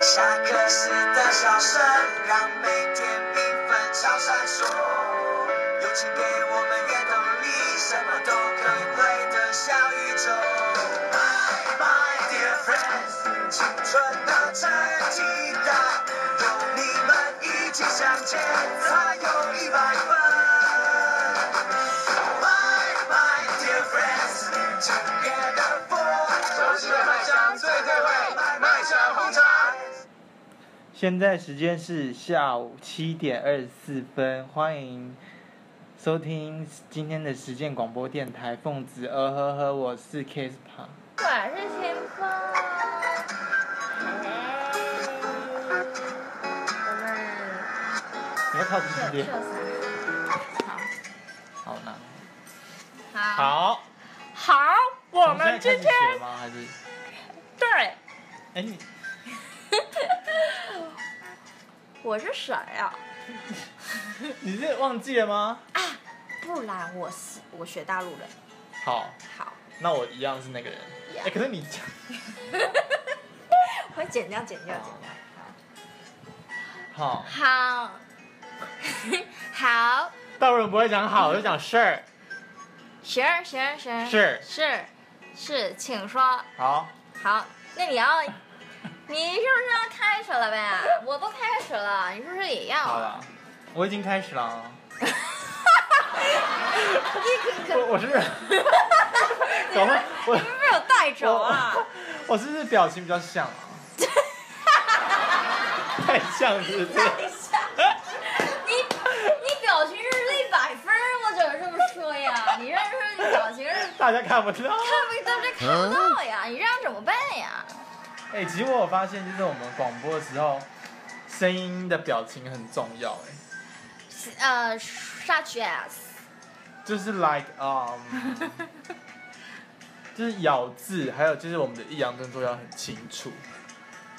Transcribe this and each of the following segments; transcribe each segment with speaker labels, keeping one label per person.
Speaker 1: 下课时的笑声，让每天缤纷朝闪烁。友情给我们原动力，什么都可以挥得小宇宙。My my dear friends，青春的成绩单，有你们一起向前，才有一百分。My my dear friends，今夜的风，熟悉的麦香最对味，麦香红茶。
Speaker 2: 现在时间是下午七点二十四分，欢迎收听今天的实践广播电台《奉子呃呵呵》，我是 Kispa。
Speaker 3: 我是清风。哎我
Speaker 2: 你要靠近一
Speaker 3: 们
Speaker 2: 点
Speaker 3: 秀，秀
Speaker 2: 好难。
Speaker 3: 好好
Speaker 2: 好，
Speaker 3: 好，我
Speaker 2: 从
Speaker 3: 们
Speaker 2: 现在
Speaker 3: 今
Speaker 2: 开始
Speaker 3: 天
Speaker 2: 学吗？还是？
Speaker 3: 对，
Speaker 2: 哎，你
Speaker 3: 我是谁啊？
Speaker 2: 你是忘记了吗？
Speaker 3: 啊，不然我是我学大陆人。
Speaker 2: 好，
Speaker 3: 好，
Speaker 2: 那我一样是那个人。
Speaker 3: Yeah
Speaker 2: 哎，可是你讲，
Speaker 3: 会剪掉，剪掉，剪掉。
Speaker 2: 好，
Speaker 3: 好， 好，
Speaker 2: 大陆人不会讲好，就讲事儿。
Speaker 3: 十二，十二，十二，
Speaker 2: 是
Speaker 3: 是是，请说。
Speaker 2: 好，
Speaker 3: 好，那你要，你是不是要开始了呗？我都开始了，你是不是也要？
Speaker 2: 好了，我已经开始了啊。
Speaker 3: 你可可，
Speaker 2: 我我 是，
Speaker 3: 你
Speaker 2: 搞
Speaker 3: 们
Speaker 2: 不好
Speaker 3: 你
Speaker 2: 我
Speaker 3: 们没有带走啊？
Speaker 2: 我是不是表情比较 像啊？太像是不是？
Speaker 3: 等一下，你你表情是一百分儿，我只能这么说呀。你这是表情是
Speaker 2: 大家看不到。
Speaker 3: 看不到，这看不到呀，你这样怎么办呀？
Speaker 2: 哎、其实我有发现，就是我们广播的时候，声音的表情很重要、哎，
Speaker 3: 呃，such as，
Speaker 2: 就是 like um，就是咬字，还有就是我们的抑扬顿挫要很清楚。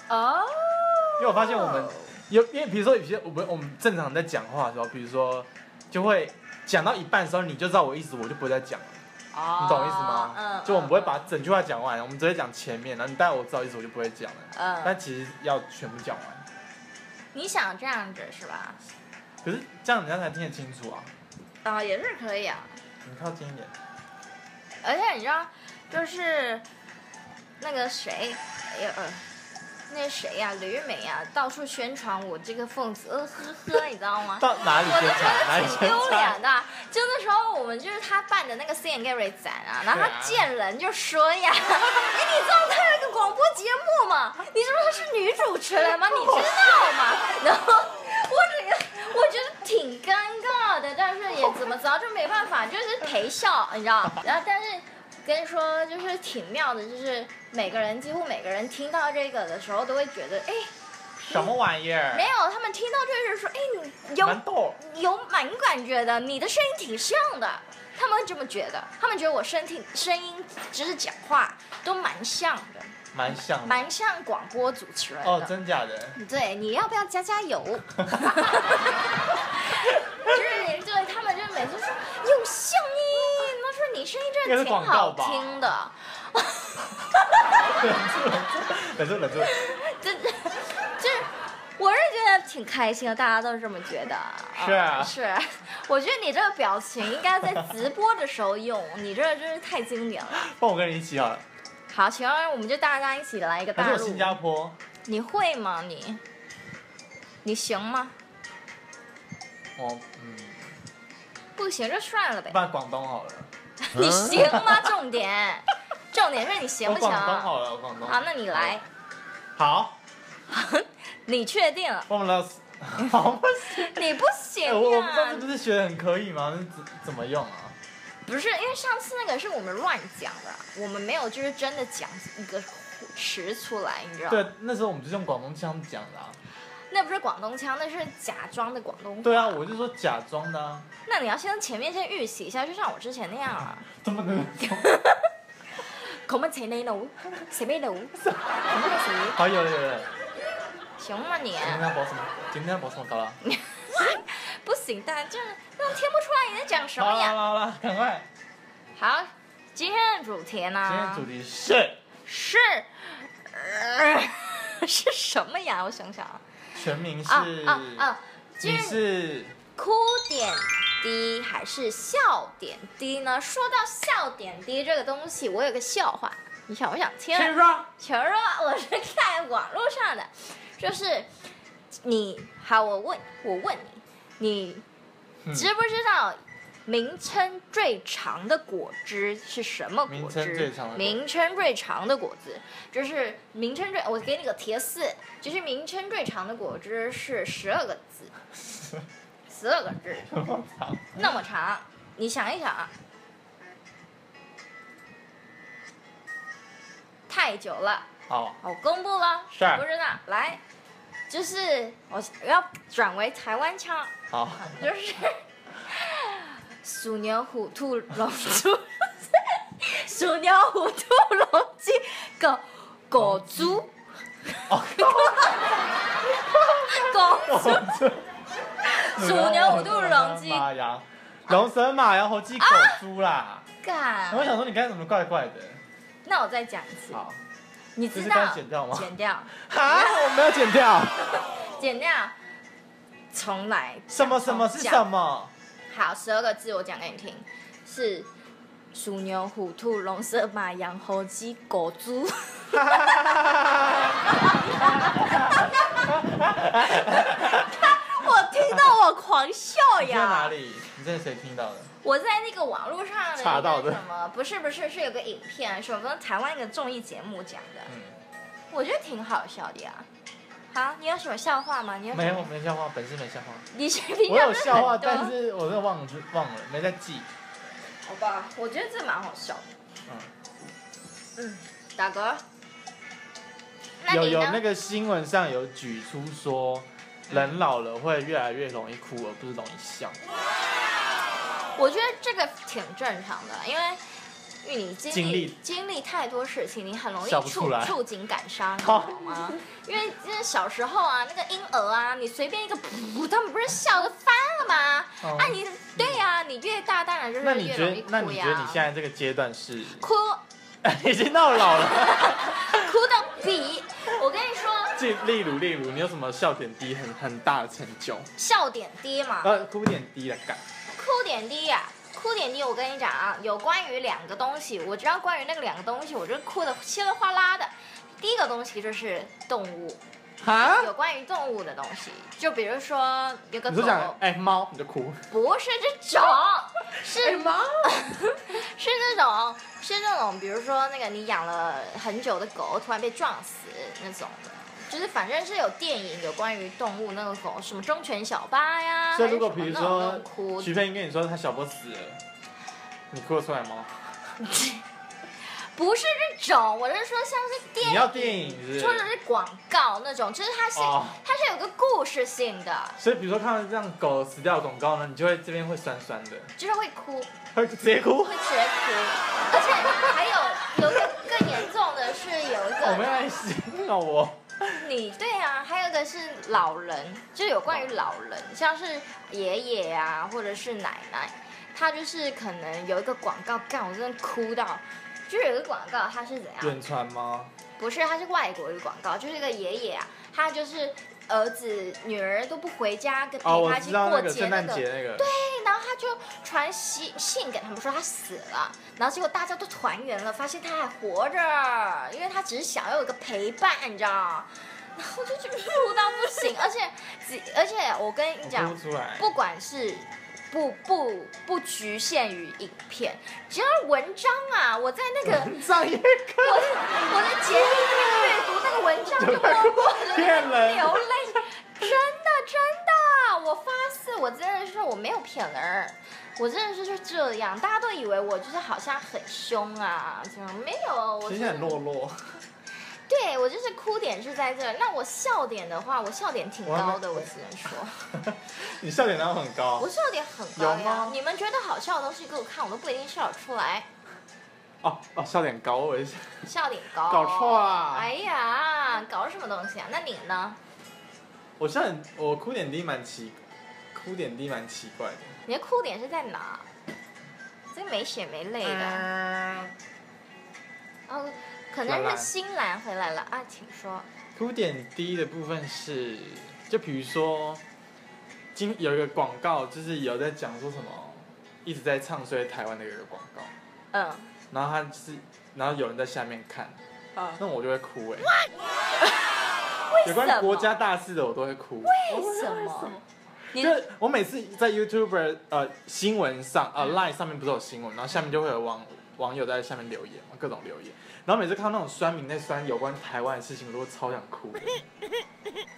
Speaker 3: 哦，
Speaker 2: 因为我发现我们有，因为比如说有些我们我们正常在讲话的时候，比如说就会讲到一半的时候，你就知道我意思，我就不会再讲了。
Speaker 3: 哦
Speaker 2: 你懂我意思吗？
Speaker 3: 嗯，
Speaker 2: 就我们不会把
Speaker 3: 嗯
Speaker 2: 整句话讲完，我们只会讲前面，然后你带我知道意思，我就不会讲了。
Speaker 3: 嗯
Speaker 2: 但其实要全部讲完，
Speaker 3: 你想这样子是吧？
Speaker 2: 可是这样人家才听得清楚啊。
Speaker 3: 啊，也是可以啊。
Speaker 2: 你靠近一点，
Speaker 3: 而且你知道，就是那个谁，哎呀，呃、那谁呀、吕美呀、到处宣传我这个奉子呃呵呵，你知道吗？
Speaker 2: 到哪里
Speaker 3: 啊我就
Speaker 2: 宣
Speaker 3: 觉
Speaker 2: 传？哪里
Speaker 3: 得挺
Speaker 2: 宣
Speaker 3: 丢脸
Speaker 2: 传？
Speaker 3: 的。就那时候我们就是他办的那个 Singary 展啊，然后
Speaker 2: 对啊
Speaker 3: 他见人就说 呀：“哎、你知道他有一个广播节目吗？你知道她是女主持人 吗？你知道吗？”然后我整个我觉得挺尴尬的，但是也怎么着就没办法，就是陪笑，你知道？然后但是。跟你说，就是挺妙的，就是每个人几乎每个人听到这个的时候，都会觉得，哎，
Speaker 2: 什么玩意儿
Speaker 3: 没？有，他们听到这是说，哎，你有
Speaker 2: 蛮逗。
Speaker 3: 有蛮感觉的，你的声音挺像的。他们这么觉得，他们觉得我身体声音只是讲话都蛮像的，
Speaker 2: 蛮像的。
Speaker 3: 蛮像广播主持人的。
Speaker 2: 哦，真假 的？
Speaker 3: 对，你要不要加 加油？就是对他们就每次说有像音，他说你声音真的挺好听 的。
Speaker 2: 忍住，忍住。
Speaker 3: 这 这这，我是觉得挺开心的，大家都这么觉得。呃
Speaker 2: 是啊
Speaker 3: 是， 我觉得你这个表情应该在直播的时候用，你这个真是太经典了。
Speaker 2: 帮我跟你一起好了。
Speaker 3: 好，请问我们就大家一起来一个
Speaker 2: 还
Speaker 3: 大
Speaker 2: 是我
Speaker 3: 陆
Speaker 2: 新，加坡？
Speaker 3: 你会吗？你你行吗？
Speaker 2: 我嗯，
Speaker 3: 不行就算了呗。
Speaker 2: 办广东好了。
Speaker 3: 你行吗？重点，重点是你行
Speaker 2: 我
Speaker 3: 不行？
Speaker 2: 广东
Speaker 3: 好，
Speaker 2: 好了，我广东。
Speaker 3: 那你来，
Speaker 2: 好，
Speaker 3: 你确定了？
Speaker 2: 我们 来。好不行。
Speaker 3: 你不行
Speaker 2: 哎
Speaker 3: 啊！
Speaker 2: 我我们上次不是学的很可以吗？那怎怎么用啊？
Speaker 3: 不是，因为上次那个是我们乱讲的，我们没有就是真的讲一个词出来，你知道吗？
Speaker 2: 对，那时候我们是用广东腔讲的啊。
Speaker 3: 那不是广东腔，那是假装的广东话。
Speaker 2: 对啊，我就说假装的啊，
Speaker 3: 那你要先前面先预习一下，就像我之前那样啊。
Speaker 2: 怎么能？
Speaker 3: 口门前内楼，谁没楼？什么的谁？
Speaker 2: 好，有了有 了。
Speaker 3: 行吗你？
Speaker 2: 今天播什么？今天播什么歌了？
Speaker 3: 不行的，就是那听不出来你在讲什
Speaker 2: 好
Speaker 3: 么
Speaker 2: 了好
Speaker 3: 呀。
Speaker 2: 了好了，赶快！
Speaker 3: 好，今天的主题呢？
Speaker 2: 今天主题是
Speaker 3: 是，呃、 是什么呀？我想想啊，
Speaker 2: 全名是
Speaker 3: 啊啊啊，就
Speaker 2: 你
Speaker 3: 是
Speaker 2: 是
Speaker 3: 哭点低还是笑点低呢？说到笑点低这个东西，我有个笑话，你想不想听啊？
Speaker 2: 谁说？
Speaker 3: 球儿啊，我是看网络上的，就是你好，我问我问你，你
Speaker 2: 嗯
Speaker 3: 知不知道名称最长的果汁是什么果
Speaker 2: 名
Speaker 3: 汁？
Speaker 2: 称最长的果
Speaker 3: 名称最长的果汁就是名称最，我给你个提示，就是名称最长的果汁是十二个字， 十二个字
Speaker 2: 嗯
Speaker 3: 那么长，你想一想啊。太久了，
Speaker 2: 哦，
Speaker 3: 好我公布了，
Speaker 2: 是
Speaker 3: 不知道来，就是我要转为台湾腔，
Speaker 2: 好，
Speaker 3: 就是鼠牛虎兔龙猪，鼠牛虎兔龙鸡狗狗猪，
Speaker 2: 哦，
Speaker 3: 狗猪
Speaker 2: 鼠
Speaker 3: 鼠牛虎兔龙鸡
Speaker 2: 马羊，龙蛇马羊猴鸡狗猪啦。然后我
Speaker 3: 干。
Speaker 2: 想说你刚才怎么怪怪的？
Speaker 3: 那我再讲一次，
Speaker 2: 好，
Speaker 3: 你
Speaker 2: 这
Speaker 3: 知
Speaker 2: 是
Speaker 3: 道
Speaker 2: 该剪掉吗
Speaker 3: 剪掉，
Speaker 2: 啊，我们要剪掉。
Speaker 3: 剪掉，重来。
Speaker 2: 什么什么是
Speaker 3: 讲
Speaker 2: 什么？
Speaker 3: 好，十二个字我讲给你听，是鼠、牛、虎、兔、龙、蛇、马、羊、猴、鸡、狗、猪。
Speaker 2: 哈哈哈哈哈哈
Speaker 3: 我听到我狂笑
Speaker 2: 你在哪
Speaker 3: 哎呀！
Speaker 2: 里？你在谁听到的？
Speaker 3: 我在那个网络上的
Speaker 2: 查到的
Speaker 3: 一个什么？不是不是，是有个影片，是我们台湾一个综艺节目讲的，
Speaker 2: 嗯，
Speaker 3: 我觉得挺好笑的呀。好，你有什么笑话吗？你有什
Speaker 2: 没有
Speaker 3: 么？
Speaker 2: 没笑话，本身没笑话。
Speaker 3: 你是平
Speaker 2: 我
Speaker 3: 常
Speaker 2: 有
Speaker 3: 不是
Speaker 2: 笑话，
Speaker 3: 很多
Speaker 2: 但是我都忘了忘了，没在记。
Speaker 3: 好吧，我觉得这蛮好笑的。
Speaker 2: 嗯，
Speaker 3: 嗯，大哥，那
Speaker 2: 嗯有
Speaker 3: 你
Speaker 2: 有
Speaker 3: 呢？
Speaker 2: 那个新闻上有举出说，人老了会越来越容易哭，而不是容易笑。
Speaker 3: 我觉得这个挺正常的，因为因为你经历
Speaker 2: 经历
Speaker 3: 太多事情，你很容易
Speaker 2: 笑不出
Speaker 3: 触
Speaker 2: 来
Speaker 3: 触景感伤，你
Speaker 2: 好
Speaker 3: 懂吗？因为因为小时候啊，那个婴儿啊，你随便一个噗，他们不是笑的翻了吗？
Speaker 2: 哦
Speaker 3: 啊你，对呀、你越大当然就是
Speaker 2: 那你
Speaker 3: 越
Speaker 2: 觉
Speaker 3: 容易
Speaker 2: 得？那
Speaker 3: 哭
Speaker 2: 你
Speaker 3: 呀。
Speaker 2: 觉得你现在这个阶段是
Speaker 3: 哭
Speaker 2: 已经到老了？
Speaker 3: 哭到比，我跟你说，
Speaker 2: 即例如例如，你有什么笑点低很很大的成就？
Speaker 3: 笑点低嘛，
Speaker 2: 呃，哭点低的感。
Speaker 3: 哭点低呀、哭点低，我跟你讲啊，有关于两个东西，我知道关于那个两个东西，我就哭的稀里哗啦的。第一个东西就是动物，
Speaker 2: 哈？
Speaker 3: 有关于动物的东西，就比如说有个
Speaker 2: 啊你就
Speaker 3: 狗
Speaker 2: 讲，哎猫你就哭，
Speaker 3: 不是这种，是
Speaker 2: 猫，
Speaker 3: 是那种是那种，比如说那个你养了很久的狗突然被撞死那种的，就是反正是有电影有关于动物那个狗，什么忠犬小八呀，
Speaker 2: 所以如果
Speaker 3: 还
Speaker 2: 比
Speaker 3: 是
Speaker 2: 如
Speaker 3: 什么那
Speaker 2: 说
Speaker 3: 种哭
Speaker 2: 徐佩英跟你说她小波死了，你哭得出来吗？
Speaker 3: 不是这种，我是说像是电影，
Speaker 2: 你要电影是不是
Speaker 3: 或者是广告那种，就是它是、
Speaker 2: 哦
Speaker 3: 它是有个故事性的，
Speaker 2: 所以比如说看到这样狗死掉的广告呢，你就会这边会酸酸的，
Speaker 3: 就是会哭，
Speaker 2: 会直接哭
Speaker 3: 会。直接哭，而且还有有一个更严重的是有一
Speaker 2: 我哦没
Speaker 3: 个，
Speaker 2: 关系，那啊我
Speaker 3: 你对啊，还有一个是老人，就有关于老人，像是爷爷啊，或者是奶奶，他就是可能有一个广告，干我真的哭到，就是有一个广告，它是怎 样？
Speaker 2: 远传吗？
Speaker 3: 不是，它是外国语广告，就是一个爷爷啊，他就是儿子女儿都不回家跟陪
Speaker 2: 哦，我
Speaker 3: 他去
Speaker 2: 知道那
Speaker 3: 过
Speaker 2: 个
Speaker 3: 节
Speaker 2: 圣
Speaker 3: 那
Speaker 2: 诞
Speaker 3: 个，
Speaker 2: 节那个，
Speaker 3: 对，然后他就传信信给他们说他死了，然后结果大家都团圆了，发现他还活着，因为他只是想要有一个陪伴，你知道吗？然后就去哭到不行，而且只而且我跟你
Speaker 2: 我
Speaker 3: 讲
Speaker 2: 哭不，出来。
Speaker 3: 不 管是不不不局限于影片，只要是文章啊，我在那个。
Speaker 2: 上一
Speaker 3: 我
Speaker 2: 个
Speaker 3: 我的节目阅读那个文章就默默的
Speaker 2: 骗人
Speaker 3: 流泪，真的真的，我发誓，我真的是我没有骗人儿，我真的是就这样，大家都以为我就是好像很凶啊，这样没有，我
Speaker 2: 其
Speaker 3: 真
Speaker 2: 实很
Speaker 3: 的
Speaker 2: 落落。
Speaker 3: 对我就是哭点是在这儿，那我笑点的话，我笑点挺高的，
Speaker 2: 我还没
Speaker 3: 我只能说，
Speaker 2: 你笑点哪有很高
Speaker 3: 我？笑点很高
Speaker 2: 有
Speaker 3: 呀
Speaker 2: 吗，
Speaker 3: 你们觉得好笑的东西给我看，我都不一定笑得出来。
Speaker 2: 哦哦，笑点高，我也是
Speaker 3: 笑点高，
Speaker 2: 搞错啦
Speaker 3: 哎呀，搞什么东西啊？那你呢？
Speaker 2: 我笑点我哭点低蛮奇，哭点低蛮奇怪的。
Speaker 3: 你的哭点是在哪？这没血没泪的。
Speaker 2: 嗯
Speaker 3: 哦，可
Speaker 2: 兰
Speaker 3: 能
Speaker 2: 兰
Speaker 3: 是新兰回来了啊，请说。
Speaker 2: 哭点低的部分是，就比如说，今有一个广告，就是有在讲说什么，一直在唱衰台湾的一个广告，
Speaker 3: 嗯，
Speaker 2: 然后他就是，然后有人在下面看，
Speaker 1: 啊，
Speaker 2: 那我就会哭哎、有
Speaker 3: 为什
Speaker 2: 关
Speaker 3: 么
Speaker 2: 国家大事哎的我都会哭，
Speaker 3: 为什么？你
Speaker 2: 就是我每次在 YouTuber 呃新闻上呃 Line 上面不是有新闻，然后下面就会有网网友在下面留言嘛，各种留言，然后每次看到那种酸民在酸有关台湾的事情，我都超想哭的。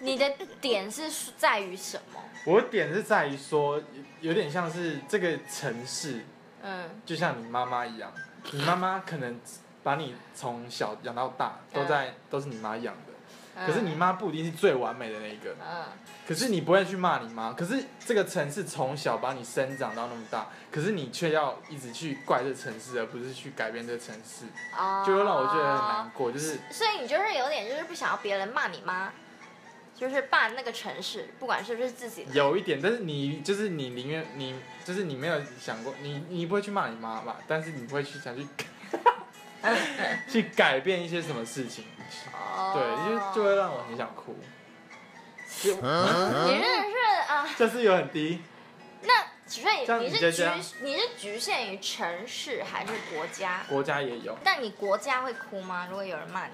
Speaker 3: 你的点是在于什么？
Speaker 2: 我的点是在于说，有有点像是这个城市，
Speaker 3: 嗯，
Speaker 2: 就像你妈妈一样，你妈妈可能把你从小养到大，都在、都是你妈养的，
Speaker 3: 嗯
Speaker 2: 可是你妈不一定是最完美的那一个，
Speaker 3: 嗯
Speaker 2: 可是你不会去骂你妈，可是这个城市从小把你生长到那么大，可是你却要一直去怪这城市，而不是去改变这城市，
Speaker 3: 哦，
Speaker 2: 就会让我觉得很难过，就是
Speaker 3: 所以你就是有点就是不想要别人骂你妈，就是骂那个城市，不管是不是自己的。
Speaker 2: 有一点，但是你就是你宁愿你就是你没有想过，你你不会去骂你妈吧？但是你不会去想去 去改变一些什么事情，
Speaker 3: 哦
Speaker 2: 对，就就会让我很想哭，
Speaker 3: 你真的是啊、
Speaker 2: 就是有很低，
Speaker 3: 那所以
Speaker 2: 这样
Speaker 3: 你
Speaker 2: 你觉
Speaker 3: 是
Speaker 2: 得
Speaker 3: 局
Speaker 2: 这样
Speaker 3: 你是局限于城市还是国家？
Speaker 2: 国家也有
Speaker 3: 但你国家会哭吗？如果有人骂你，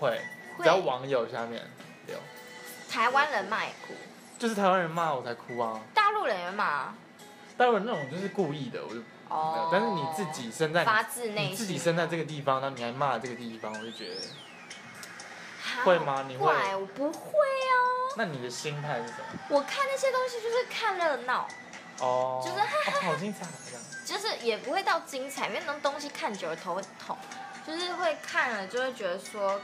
Speaker 2: 会，
Speaker 3: 会
Speaker 2: 只要网友下面有，
Speaker 3: 台湾人骂也哭，
Speaker 2: 就是台湾人骂我才哭啊，
Speaker 3: 大陆人也骂啊。
Speaker 2: 大陆人那种就是故意的，我就没
Speaker 3: 哦
Speaker 2: 有，但是你自己生在你
Speaker 3: 发自内心
Speaker 2: 你自己生在这个地方，那你还骂这个地方，我就觉得，
Speaker 3: 哈
Speaker 2: 会吗你会
Speaker 3: 好怪我不会哦。
Speaker 2: 那你的心态是什么？
Speaker 3: 我看那些东西就是看热闹，
Speaker 2: 哦，
Speaker 3: 就是
Speaker 2: 哦好精彩这样。
Speaker 3: 就是也不会到精彩，因为那东西看久了头会痛，就是会看了就会觉得说，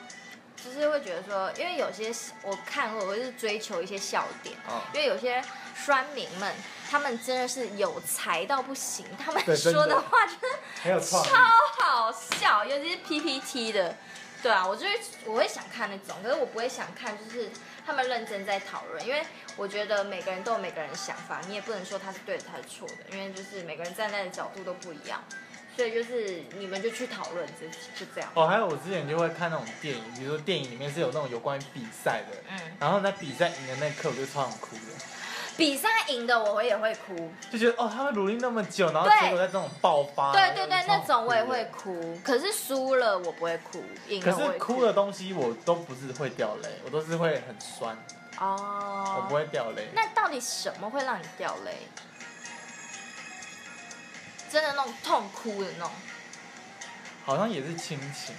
Speaker 3: 就是会觉得说，因为有些我看过，我就是追求一些笑点，
Speaker 2: 哦
Speaker 3: 因为有些酸民们，他们真的是有才到不行，他们
Speaker 2: 对真的
Speaker 3: 说的话真的
Speaker 2: 很有创意。
Speaker 3: 超好笑，尤其是 PPT 的，对啊，我就是我会想看那种，可是我不会想看就是他们认真在讨论，因为我觉得每个人都有每个人的想法，你也不能说他是对的，他是错的，因为就是每个人站在的角度都不一样，所以就是你们就去讨论，就就这样。
Speaker 2: 哦，还有我之前就会看那种电影，比如说电影里面是有那种有关于比赛的，
Speaker 3: 嗯，
Speaker 2: 然后在比赛赢的那一刻，我就超想哭的，
Speaker 3: 比赛赢的我也会哭，
Speaker 2: 就觉得哦，他们努力那么久，然后
Speaker 3: 对
Speaker 2: 结果在这种爆发，
Speaker 3: 对对
Speaker 2: 然
Speaker 3: 对，
Speaker 2: 后
Speaker 3: 那
Speaker 2: 就超
Speaker 3: 种
Speaker 2: 想哭
Speaker 3: 我也
Speaker 2: 的
Speaker 3: 会。哭，可是输了我不会哭，赢
Speaker 2: 可
Speaker 3: 了我
Speaker 2: 是
Speaker 3: 也
Speaker 2: 哭的东西我都不是会掉泪，我都是会很酸，
Speaker 3: 哦，
Speaker 2: 我不会掉泪。
Speaker 3: 那到底什么会让你掉泪？真的那种痛哭的那种？
Speaker 2: 好像也是亲情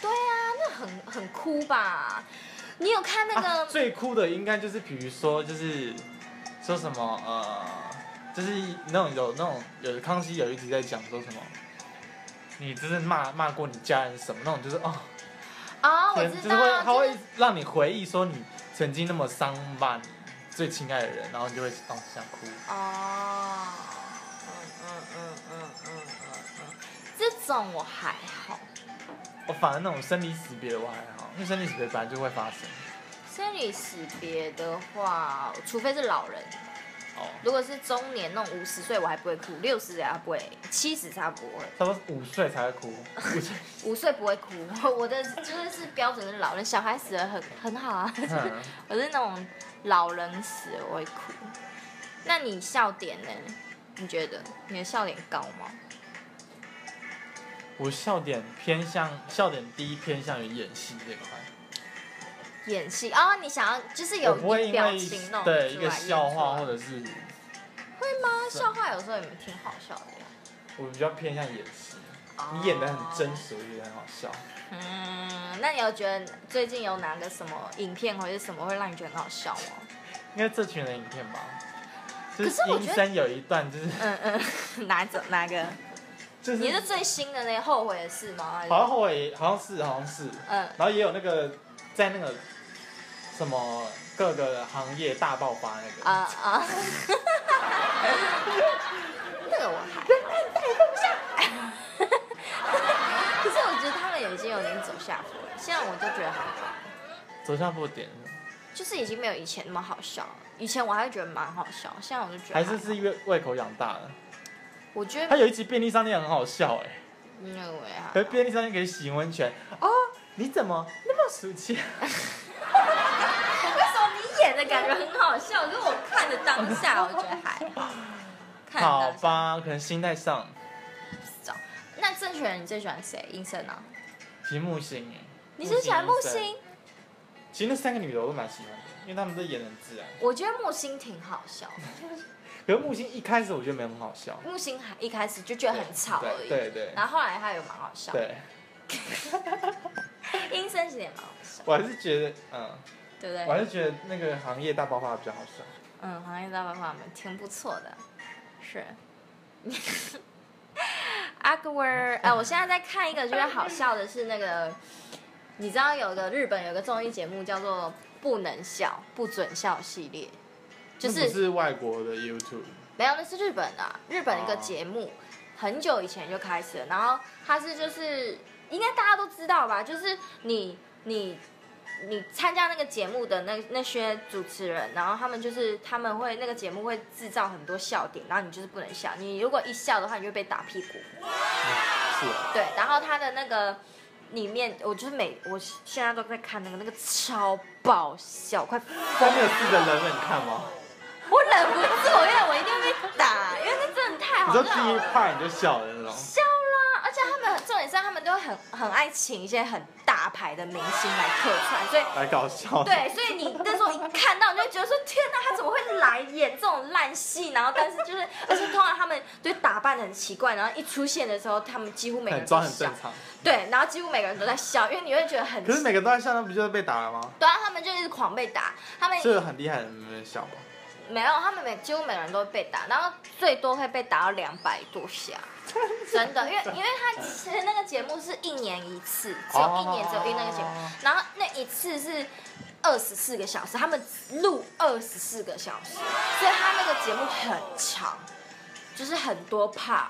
Speaker 3: 对啊，那很很哭吧？你有看那
Speaker 2: 啊，
Speaker 3: 个？
Speaker 2: 最哭的应该就是比如说就是说什么呃，就是那种有那种有康熙有一集在讲说什么，你就是骂骂过你家人什么那种，就是哦。
Speaker 3: 啊、
Speaker 2: 可
Speaker 3: 我
Speaker 2: 能就是
Speaker 3: 知
Speaker 2: 会，
Speaker 3: 道，
Speaker 2: 他
Speaker 3: 就
Speaker 2: 会
Speaker 3: 是
Speaker 2: 让你回忆说你曾经那么伤吧你最亲爱的人，然后你就会哦想哭。
Speaker 3: 哦，嗯嗯嗯嗯嗯嗯嗯，这种我还好，
Speaker 2: 我反而那种生离死别的我还好，因为生离死别本来就会发生。
Speaker 3: 生离死别的话，除非是老人，
Speaker 2: 哦，
Speaker 3: 如果是中年那种五十岁我还不会哭，六十岁还不会，七十才不会。
Speaker 2: 差不多五岁才会哭，五 岁。
Speaker 3: 五岁不会哭，我的就是是标准的老人，小孩死了很很好啊。
Speaker 2: 嗯
Speaker 3: 我是那种老人死了我会哭。那你笑点呢？你觉得你的笑点高吗？
Speaker 2: 我笑点偏向笑点低，偏向于演戏这一块。
Speaker 3: 演戏哦，你想要就是有
Speaker 2: 我不会因
Speaker 3: 表
Speaker 2: 为
Speaker 3: 情弄
Speaker 2: 对
Speaker 3: 出
Speaker 2: 一
Speaker 3: 来
Speaker 2: 个笑话或
Speaker 3: 演出来
Speaker 2: 者是
Speaker 3: 会吗？笑话有时候也挺好笑的呀。
Speaker 2: 我比较偏向演戏。
Speaker 3: 哦
Speaker 2: 你演的很真实，我觉得很好笑。
Speaker 3: 嗯，那你有觉得最近有哪个什么影片或者什么会让你觉得很好笑吗？
Speaker 2: 应该这群人影片吧，就
Speaker 3: 可是我
Speaker 2: 阴
Speaker 3: 觉得
Speaker 2: 森有一段就是
Speaker 3: 嗯嗯， 哪一种哪个？
Speaker 2: 就是
Speaker 3: 你是最新的那个后悔的事吗？还是
Speaker 2: 好像后悔，好像是，好像是。
Speaker 3: 嗯
Speaker 2: 然后也有那个在那个什么各个行业大爆发那个，
Speaker 3: 啊啊！那个我还好， 可是我觉得他们已经有点走下坡了，现在我就觉得还好，
Speaker 2: 走向不点，
Speaker 3: 就是已经没有以前那么好笑了。以前我还会觉得蛮好笑，现在我就觉得
Speaker 2: 还
Speaker 3: 好
Speaker 2: 是是因为胃口养大了。
Speaker 3: 我觉
Speaker 2: 他
Speaker 3: 得
Speaker 2: 有一集便利商店很好笑哎、
Speaker 3: 那个我也还
Speaker 2: 可
Speaker 3: 好
Speaker 2: 是便利商店可以洗温泉哦，你怎么那么俗气？
Speaker 3: 觉得很好笑，可是我看的当下我觉得还好，看的
Speaker 2: 好
Speaker 3: 当下
Speaker 2: 吧，可能心态上，
Speaker 3: 那郑权你最喜欢谁？应生啊？
Speaker 2: 其实木星哎，
Speaker 3: 你是喜欢木
Speaker 2: 木
Speaker 3: 星
Speaker 2: 星？其实那三个女的我都蛮喜欢的，因为她们都演得很自然。
Speaker 3: 我觉得木星挺好笑，
Speaker 2: 可是木星一开始我觉得没有很好笑，
Speaker 3: 木星还一开始就觉得很吵而已，
Speaker 2: 对对对
Speaker 3: 然后后来他也蛮好笑，
Speaker 2: 对，
Speaker 3: 阴森其实也蛮好笑，
Speaker 2: 我还是觉得，嗯，
Speaker 3: 对不
Speaker 2: 我还
Speaker 3: 对？
Speaker 2: 是觉得那个行业大爆发比较好笑。
Speaker 3: 嗯，行业大白话蛮挺不错的，是。 阿哥儿，哎，我现在在看一个，觉得好笑的是那个，你知道有个日本有个综艺节目叫做《不能笑不准笑》系列，就
Speaker 2: 那不是外国的 YouTube，
Speaker 3: 没有，那是日本的啊、日本
Speaker 2: 哦
Speaker 3: 一个节目，很久以前就开始了。然后它是就是应该大家都知道吧，就是你你你参加那个节目的那那些主持人，然后他们就是他们会那个节目会制造很多笑点，然后你就是不能笑，你如果一笑的话，你就被打屁股。
Speaker 2: 是啊，
Speaker 3: 对，然后它的那个里面，我就是每我现在都在看那个那个超爆笑，快
Speaker 2: 三六四的人们你看吗？
Speaker 3: 我忍不住，因为我一定会被打，因为那真的太
Speaker 2: 你
Speaker 3: 好
Speaker 2: 知道
Speaker 3: 笑
Speaker 2: 第一
Speaker 3: 了。
Speaker 2: 派你就笑的那种，
Speaker 3: 笑啦，而且他们重点是他们都很很爱请一些很大牌的明星来客串，所以
Speaker 2: 来搞笑。，
Speaker 3: 对，所以你那时候一看到，你就会觉得说天哪，他怎么会来演这种烂戏？然后但是 就是，而且通常他们就打扮的很奇怪，然后一出现的时候，他们几乎每个
Speaker 2: 很
Speaker 3: 人都
Speaker 2: 装很
Speaker 3: 笑
Speaker 2: 正，常。
Speaker 3: 对，然后几乎每个人都在笑，因为你会觉得很
Speaker 2: 可是每个都在笑，那不就是被打了吗？
Speaker 3: 对啊，他们就一直狂被打，他们
Speaker 2: 这个很厉害的人没人笑吧？
Speaker 3: 没有，他们每几乎每个人都会被打，然后最多会被打到两百 多下，真的，因为因为他其实那个节目是一年一次，只有一年只有一那个节目
Speaker 2: 哦，
Speaker 3: 然后那一次是二十四个小时，他们录二十四个小时，所以他那个节目很长，就是很多 part，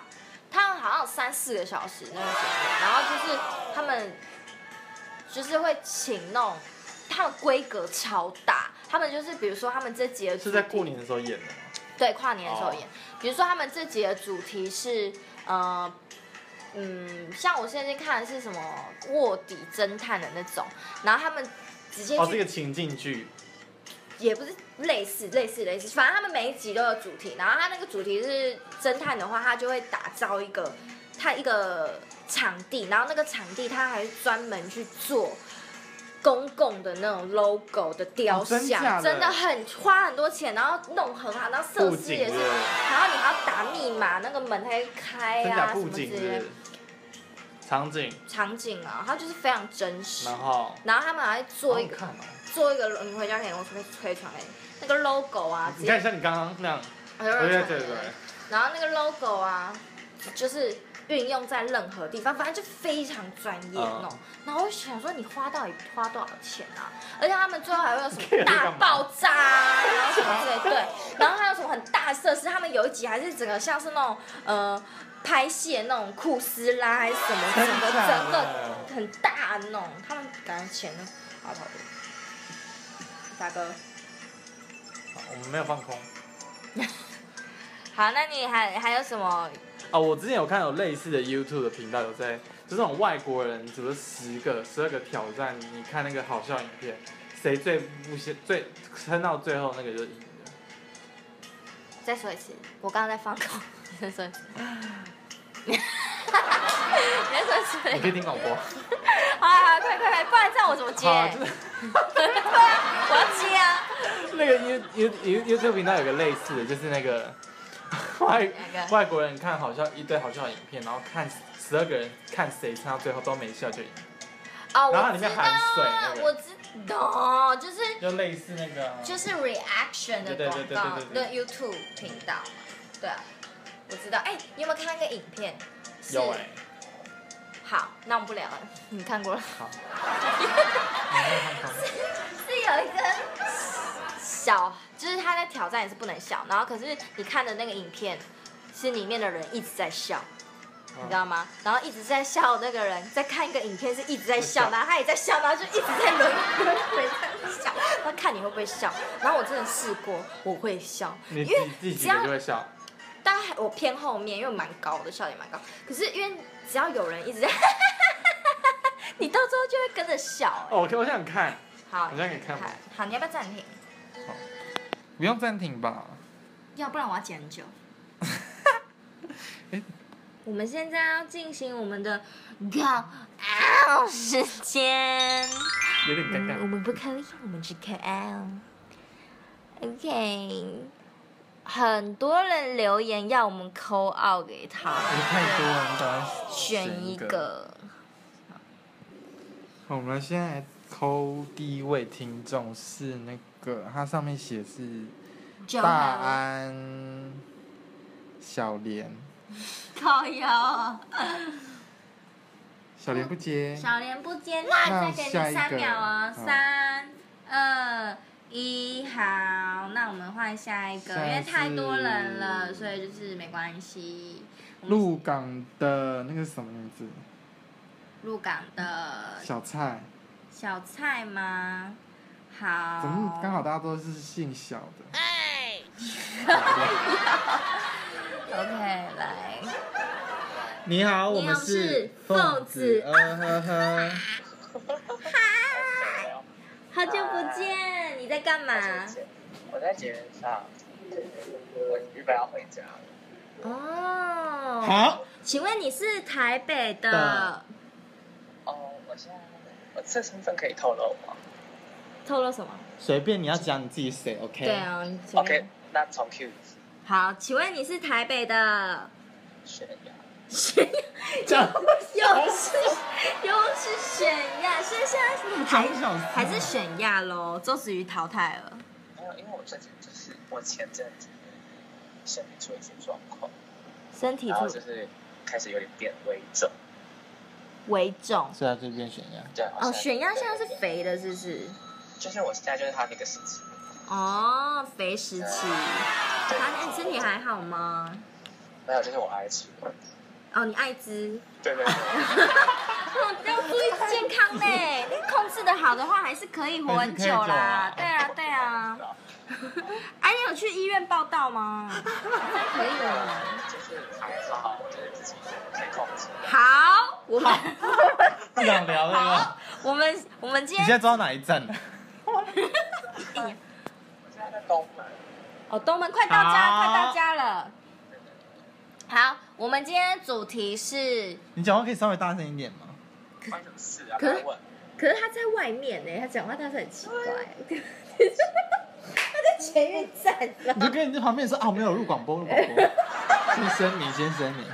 Speaker 3: 他们好像有三四个小时那个节目，然后就是他们就是会请那种，他们规格超大。他们就是，比如说，他们这集的
Speaker 2: 是在
Speaker 3: 主题
Speaker 2: 过年的时候演的吗？
Speaker 3: 对，跨年的时候
Speaker 2: 哦
Speaker 3: 演。比如说他们这集的主题是，呃，嗯，像我现在看的是什么卧底侦探的那种，然后他们直接
Speaker 2: 哦，
Speaker 3: 去
Speaker 2: 这个情境剧，
Speaker 3: 也不是类似类似类似，反正他们每一集都有主题，然后他那个主题是侦探的话，他就会打造一个他一个场地，然后那个场地他还专门去做。公共的那种 logo 的雕
Speaker 2: 哦真假
Speaker 3: 像，
Speaker 2: 的
Speaker 3: 真的很花很多钱，然后弄很好，然后设
Speaker 2: 布
Speaker 3: 施
Speaker 2: 景啊
Speaker 3: 也是，
Speaker 2: 对不对
Speaker 3: 然后你还要打密码，那个门才会开
Speaker 2: 真
Speaker 3: 啊，
Speaker 2: 假
Speaker 3: 什
Speaker 2: 布
Speaker 3: 么之
Speaker 2: 景是不
Speaker 3: 类的
Speaker 2: 是场景，
Speaker 3: 场景啊，它就是非常真实
Speaker 2: 然。后
Speaker 3: 然后他们还做一个
Speaker 2: 嗯好好看哦
Speaker 3: 做一个，你回家可以用推推传给你，那个 logo 啊，直
Speaker 2: 你
Speaker 3: 接
Speaker 2: 看像你刚刚 那样，
Speaker 3: 很多
Speaker 2: 对
Speaker 3: 人
Speaker 2: 对对
Speaker 3: 传给
Speaker 2: 对
Speaker 3: 你。然后那个 logo 啊，就是运用在任何地方，反正就非常专业
Speaker 2: 嗯
Speaker 3: 哦。然后我想说，你花到底花多少钱啊？而且他们最后还会 有什
Speaker 2: 这个
Speaker 3: 么
Speaker 2: 干
Speaker 3: 大
Speaker 2: 嘛
Speaker 3: 爆炸啊，然后什么之类，对。然后还有什么很大的设施，他们有一集还是整个像是那种呃拍戏的那种库斯拉还是什么，
Speaker 2: 真
Speaker 3: 整个
Speaker 2: 假的
Speaker 3: 整个很大的那种，他们感觉钱呢好好多。大哥，
Speaker 2: 好我们没有放空
Speaker 3: 好，那你还还有什么
Speaker 2: 啊。我之前有看有类似的 YouTube 的频道，有在就这种外国人，比如十个、十二个挑战，你看那个好笑影片，谁最不先最撑到最后那个就赢 了。
Speaker 3: 再说一次，我刚刚在放空。 再说一次。
Speaker 2: 啊
Speaker 3: 你再说一
Speaker 2: 你可以
Speaker 3: 次。
Speaker 2: 听广播
Speaker 3: 好啊好啊，快快快，不然这样我怎么接？
Speaker 2: 好，就是
Speaker 3: 对啊，我要接啊。
Speaker 2: 那个 You You You YouTube 频道有个类似的，就是那个外
Speaker 3: 哪个
Speaker 2: 外国人看好笑一堆好笑的影片，然后看十二个人看谁撑到最后都没笑就赢，
Speaker 3: 哦，
Speaker 2: 然后它
Speaker 3: 我
Speaker 2: 里
Speaker 3: 知
Speaker 2: 面
Speaker 3: 道
Speaker 2: 含水
Speaker 3: 啊
Speaker 2: 那，个
Speaker 3: 我知道，就是
Speaker 2: 就类似那个
Speaker 3: 就是 reaction 的
Speaker 2: 对对
Speaker 3: 广
Speaker 2: 对
Speaker 3: 告，
Speaker 2: 对
Speaker 3: 对 YouTube 频道嘛，对啊，我知道。哎，你有没有看那个影片？是
Speaker 2: 有哎、
Speaker 3: 好，那我们不聊了， 你看过了。
Speaker 2: 好，
Speaker 3: 是有一个小，就是他在挑战也是不能笑，然后可是你看的那个影片是里面的人一直在笑，你知道
Speaker 2: 嗯
Speaker 3: 吗？然后一直在笑那个人在看一个影片是一直在
Speaker 2: 在笑
Speaker 3: 笑，然后他也在笑，然后就一直在轮轮回在笑，他看你会不会笑。然后我真的试过，我会笑，
Speaker 2: 你
Speaker 3: 因
Speaker 2: 自己
Speaker 3: 为
Speaker 2: 自己
Speaker 3: 只
Speaker 2: 几
Speaker 3: 要
Speaker 2: 个就会笑，
Speaker 3: 大概我偏后面，因为我蛮高的，笑点蛮高。可是因为只要有人一直 在， 你到最后就会跟着笑、
Speaker 2: 哦，我我想看，
Speaker 3: 好，
Speaker 2: 好像可以看
Speaker 3: 好，你要不要暂停？
Speaker 2: 不用暂停吧？
Speaker 3: 要不然我要剪很 久。我们现在要进行我们的搞奥时间。
Speaker 2: 有点尴
Speaker 3: 嗯
Speaker 2: 尬。
Speaker 3: 我们不可以，我们只可爱哦。OK，很多人留言要我们扣二给他，
Speaker 2: 也太多了，你赶快
Speaker 3: 选一
Speaker 2: 一。
Speaker 3: 个。
Speaker 2: 我们现在扣第一位听众是那个，他上面写是
Speaker 3: 就
Speaker 2: 大安小莲，
Speaker 3: 靠腰，
Speaker 2: 小莲不接。
Speaker 3: 哦小莲不接，那
Speaker 2: 那
Speaker 3: 再给
Speaker 2: 下一
Speaker 3: 你
Speaker 2: 个
Speaker 3: 三秒哦，
Speaker 2: 好
Speaker 3: 三二一，好，那我们换下一个，
Speaker 2: 下一
Speaker 3: 因为太
Speaker 2: 次
Speaker 3: 多人了，所以就是没关系。我们
Speaker 2: 鹿港的那个是什么名字？
Speaker 3: 鹿港的
Speaker 2: 小蔡，
Speaker 3: 小菜吗？好，哎
Speaker 2: 怎么刚好大家都是姓小的？
Speaker 3: OK，来，
Speaker 4: 你好，我们是
Speaker 3: 呃你好我们是凤子
Speaker 4: 呃呵呵，
Speaker 3: 好久不见，你在干嘛？
Speaker 1: 我在捷运上，我预备要回家了。
Speaker 3: 哦，
Speaker 4: 好，
Speaker 3: 请问你是台北的
Speaker 4: 的？
Speaker 1: 哦，我现在我这身份可以透露吗
Speaker 3: 透露什么？
Speaker 4: 随便你要讲你自己谁，OK？
Speaker 3: 对啊，你随便
Speaker 1: ？OK，那从 Q
Speaker 3: 好，请问你是台北的？
Speaker 1: 悬崖，
Speaker 3: 选
Speaker 4: 讲
Speaker 3: 又是又是选亚，是现在是还
Speaker 4: 中
Speaker 2: 啊
Speaker 4: 小
Speaker 3: 还是选亚喽？周子瑜淘汰了。
Speaker 1: 没有，因为我最近就是我前阵子身体出一些状况，
Speaker 3: 身体
Speaker 1: 然后
Speaker 3: 出
Speaker 1: 就是开始有点变微肿，
Speaker 3: 为重
Speaker 4: 是啊，这边选 呀。
Speaker 1: 对，
Speaker 3: 哦，选亚
Speaker 1: 压
Speaker 3: 现在是，肥的，是不是？
Speaker 1: 就是我现在就是他那个时期，
Speaker 3: 哦，肥时期。
Speaker 1: 对，
Speaker 3: 啊，你身体还好吗？
Speaker 1: 没有，就是我爱吃，
Speaker 3: 哦，你艾 滋，
Speaker 1: 对对对，
Speaker 3: 哦，要注意健康呢。 你控制的好的话，还是可以活很久啦。对啊，对啊。 哎、你有去医院报道吗？可以啊。
Speaker 1: 就是还好，就是自己可以控制。
Speaker 3: 好，我们
Speaker 4: 不想聊
Speaker 3: 好
Speaker 4: 了。，
Speaker 3: 我们我们今
Speaker 4: 你现在
Speaker 3: 天哎
Speaker 4: 知道哪一站了？
Speaker 1: 我现在在东门，
Speaker 3: 哦，东门快到家，
Speaker 4: 好
Speaker 3: 快到家了。好，我们今天的主题是，
Speaker 4: 你讲话可以稍微大声一点 吗？
Speaker 1: 关什么事啊？
Speaker 3: 可
Speaker 1: 来问。
Speaker 3: 可是他在外面呢，他讲话大声很奇怪。他在前面站了
Speaker 4: 你就跟你在旁边说啊，我没有录广播，录广播。 先声明，先声明。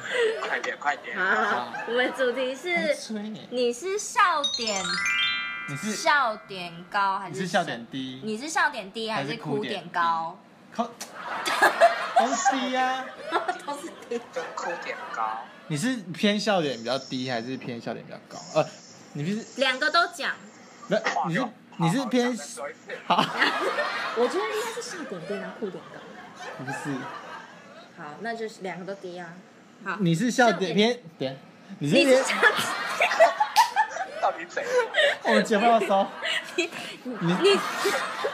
Speaker 1: 快点，快点！
Speaker 3: 好，我们主题是，
Speaker 4: 催你，
Speaker 3: 你是笑点
Speaker 4: 你是
Speaker 3: 笑点高还
Speaker 4: 你
Speaker 3: 是
Speaker 4: 是笑点？低，
Speaker 3: 你是笑点低还
Speaker 4: 还
Speaker 3: 是
Speaker 4: 是哭
Speaker 3: 哭点高？
Speaker 4: 靠，东西呀。
Speaker 3: 都是低。
Speaker 1: 跟哭点高，
Speaker 4: 你是偏笑点比较低，还是偏笑点比较高？呃，你是
Speaker 3: 两个都 讲，
Speaker 4: 不是你是你是偏
Speaker 1: 好好讲再说一次
Speaker 4: 好？
Speaker 3: 我觉得应该是笑点低，然后哭点高。
Speaker 4: 不是，
Speaker 3: 好，那就是两个都低啊。好，
Speaker 4: 你是笑点偏点，你是
Speaker 3: 你是
Speaker 4: 偏
Speaker 3: 笑
Speaker 1: 到底怎样？
Speaker 4: 我们节目要收，
Speaker 3: 点
Speaker 4: 你
Speaker 3: 你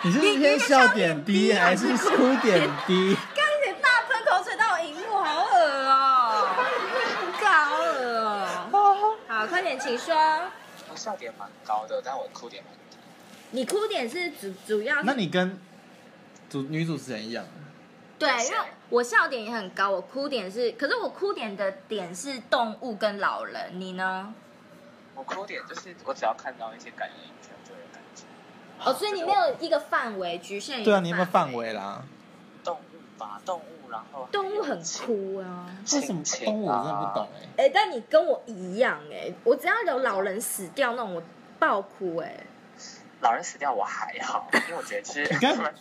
Speaker 4: 你是偏笑点低还是哭点低？
Speaker 3: 刚啊才大喷口水到我荧幕，好恶 哦、好恶哦、好，快点，请说。
Speaker 1: 我笑点蛮高的，但我哭点蛮低。
Speaker 3: 你哭点是主主要是
Speaker 4: 那你跟主女主持人一样，
Speaker 3: 对，因为我笑点也很高，我哭点是，可是我哭点的点是动物跟老人，你呢？
Speaker 1: 我哭点就是我只要看到一些感人影片就会感觉
Speaker 3: 哦，所以你没有一个范围局限于
Speaker 4: 对啊，你有没有范？围啦？
Speaker 1: 动物吧，动物，然后
Speaker 3: 动物很哭啊。
Speaker 4: 为什么动物
Speaker 1: 啊
Speaker 4: 我真的不懂哎、
Speaker 3: 哎、但你跟我一样哎、我只要有老人死掉那种，我爆哭哎、
Speaker 1: 老人死掉我还好，因为我觉 得其实
Speaker 4: 你看
Speaker 1: 他们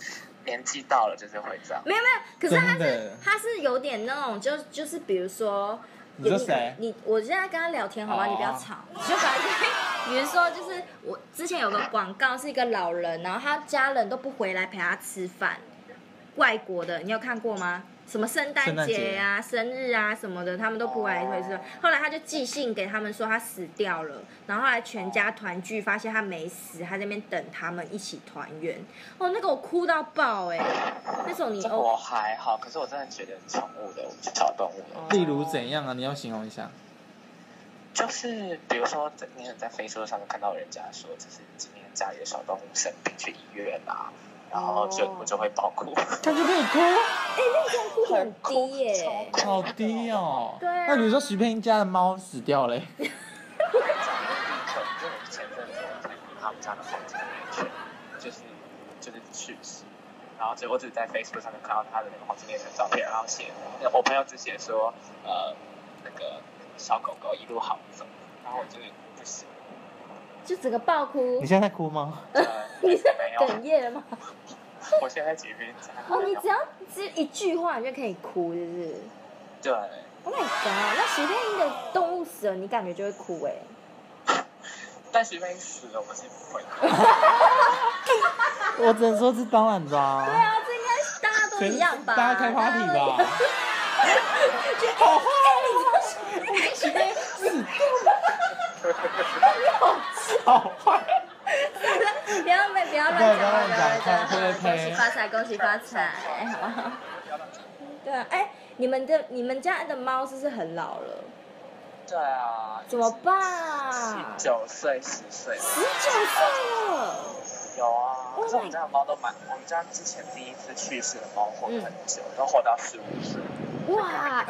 Speaker 1: 年纪到了就是会这样。
Speaker 3: 没有没有，可是他
Speaker 4: 真
Speaker 3: 是
Speaker 4: 的
Speaker 3: 他是有点那种，就就是比如说，
Speaker 4: 你说谁
Speaker 3: 你我现在跟他聊天好吗？
Speaker 4: 哦
Speaker 3: 你不要吵，你就把他。比如说，就是我之前有个广告是一个老人，然后他家人都不回来陪他吃饭，外国的，你有看过吗？什么圣
Speaker 4: 圣
Speaker 3: 诞
Speaker 4: 诞
Speaker 3: 节
Speaker 4: 节
Speaker 3: 呀、生日啊什么的，他们都不来回吃饭。后来他就寄信给他们说他死掉了，然后后来全家团聚，发现他没死，他在那边等他们一起团圆。哦，那个我哭到爆哎、那种你
Speaker 1: 这个
Speaker 3: 哦，
Speaker 1: 我还好，可是我真的觉得宠物的，我去找动物的，
Speaker 4: 例如怎样啊？你要形容一下。
Speaker 1: 就是比如说在你很在 Facebook 上面看到人家说，就是今天家里的小动物生病去医院啊，然后就
Speaker 3: 哦
Speaker 1: 我就会爆哭。
Speaker 2: 感觉可以哭，
Speaker 3: 哭很低耶、
Speaker 2: 好低哦。
Speaker 3: 对啊
Speaker 2: 那比如说徐佩英家的猫死掉嘞、
Speaker 1: 因为我前阵子我才听他们家的房产圈，就是就是去世，然后结果只是在 Facebook 上面看到他的那个黄金猎犬照片，然后写，那我朋友只写说，呃，那个小狗狗一路好走，然后我就是不行，
Speaker 3: 就整个爆哭
Speaker 2: 你。现在在哭吗？
Speaker 1: 呃
Speaker 3: 你是
Speaker 1: 没
Speaker 3: 哽
Speaker 1: 有，
Speaker 3: 咽了吗？
Speaker 1: 我现在在捷运站，
Speaker 3: 哦，你只要只一句话你就可以哭，是不是
Speaker 1: 对，
Speaker 3: ？Oh my god！那徐佩英的动物死了，你感觉就会哭哎、
Speaker 1: 但徐飞死了，我是不会哭。
Speaker 2: 我只能说是当然的啊。
Speaker 3: 对 啊，这应该是大家都一样吧？
Speaker 2: 大家开 party
Speaker 3: 大家都一
Speaker 2: 吧
Speaker 3: 样。好坏哦！你知道徐 佩英死
Speaker 2: 好坏。
Speaker 3: 了，不要不要
Speaker 2: 对
Speaker 3: 乱讲，
Speaker 2: 不要乱讲
Speaker 3: 对
Speaker 2: 看会不会
Speaker 3: 对对，
Speaker 2: 赔
Speaker 3: 恭喜发财，恭喜发财，好不好？对啊，哎、你们的你们家的猫是不是很老了？
Speaker 1: 对啊，
Speaker 3: 怎么办？啊
Speaker 1: 十九岁、十岁
Speaker 3: 十九岁了，
Speaker 1: 有啊，
Speaker 3: Oh
Speaker 1: 可是我们家的猫都蛮，我们家之前第一次去世的猫活很久，
Speaker 3: 嗯
Speaker 1: 都活到十五岁。
Speaker 3: 哇，哎、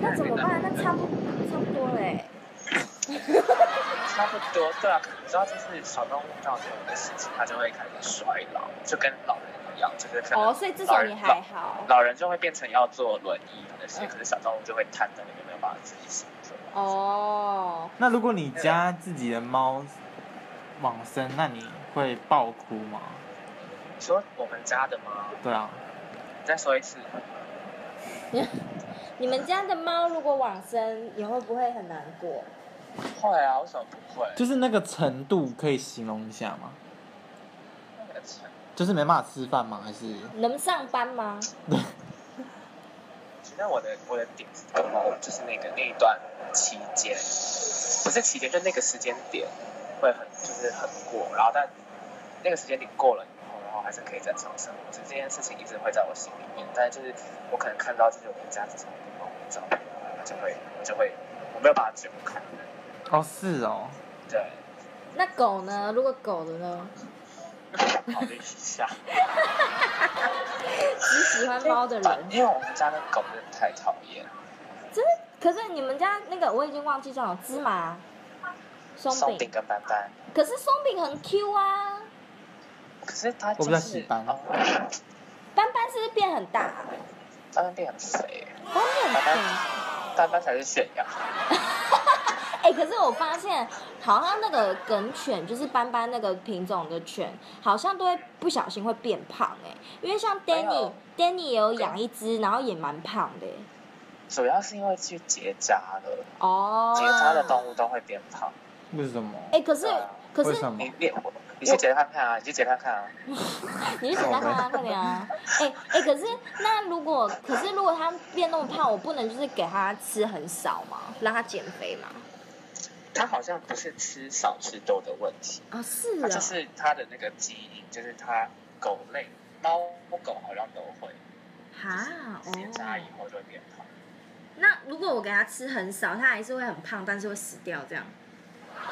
Speaker 3: 那怎么办？那差不差不多欸嘞、
Speaker 1: 差不多，对啊，你知道就是小动物到这种的事情，它就会开始衰老，就跟老人一样，就是可能
Speaker 3: 哦，所以至少你还好。
Speaker 1: 老人就会变成要坐轮椅那些，可是小动物就会瘫在那边，没有办法自己行走。
Speaker 3: 哦，
Speaker 2: 那如果你家自己的猫往生，那你会爆哭吗？
Speaker 1: 你说我们家的吗？
Speaker 2: 对啊，
Speaker 1: 你再说一次，
Speaker 3: 你们家的猫如果往生，你会不会很难过？
Speaker 1: 会啊，为什么不会？
Speaker 2: 就是那个程度可以形容一下吗？
Speaker 1: 那个程
Speaker 2: 就是没办法吃饭吗？还是
Speaker 3: 能上班吗？
Speaker 1: 其实我的我的点是刚好就是那个那一段期间，不是期间，就那个时间点会很就是很过，然后但那个时间点过了以后，然后还是可以再重生。活，就这件事情一直会在我心里面，但就是我可能看到就是我们家之前的猫的照片，我就会我就会我没有把它全部看，
Speaker 2: 哦是哦，
Speaker 1: 对，
Speaker 3: 那狗呢？如果狗的呢？
Speaker 1: 考虑一下，
Speaker 3: 只喜欢猫的人，
Speaker 1: 因为我们家的狗真的太讨厌，
Speaker 3: 真的？可是你们家那个我已经忘记叫什么芝麻松
Speaker 1: 松饼
Speaker 3: 饼，
Speaker 1: 跟斑斑，
Speaker 3: 可是松饼很 Q 啊，
Speaker 1: 可是它、
Speaker 2: 我
Speaker 1: 就是、
Speaker 2: 比较喜欢
Speaker 1: 哦
Speaker 3: 斑斑是不是变很大、
Speaker 1: 斑斑变很肥，
Speaker 3: 斑斑很大。
Speaker 1: 斑斑才是炫耀。
Speaker 3: 哎、可是我发现，好像那个梗犬，就是斑斑那个品种的犬，好像都会不小心会变胖哎、因为像
Speaker 1: 没有
Speaker 3: Danny，Danny 也有养一只，然后也蛮胖的、欸、
Speaker 1: 主要是因为去结扎了，
Speaker 3: 哦。
Speaker 1: 结扎的动物都会变胖。
Speaker 2: 为什么？
Speaker 3: 哎、可是
Speaker 1: 对啊
Speaker 3: 可
Speaker 2: 为
Speaker 3: 是哎
Speaker 2: 什么
Speaker 1: 你？你我你去结看看啊，你去结看看啊。
Speaker 3: 你是想让它快点啊？哎、哎、可是那如果可是如果它变那么胖，我不能就是给它吃很少嘛，让它减肥嘛？
Speaker 1: 它好像不是吃少吃多的问题，
Speaker 3: 啊，是
Speaker 1: 它
Speaker 3: 啊，
Speaker 1: 就是它的那个基因，就是它狗类猫狗好像都会
Speaker 3: 哈哦。
Speaker 1: 结扎以后就会变胖。
Speaker 3: 那如果我给它吃很少，它还是会很胖，但是会死掉这样。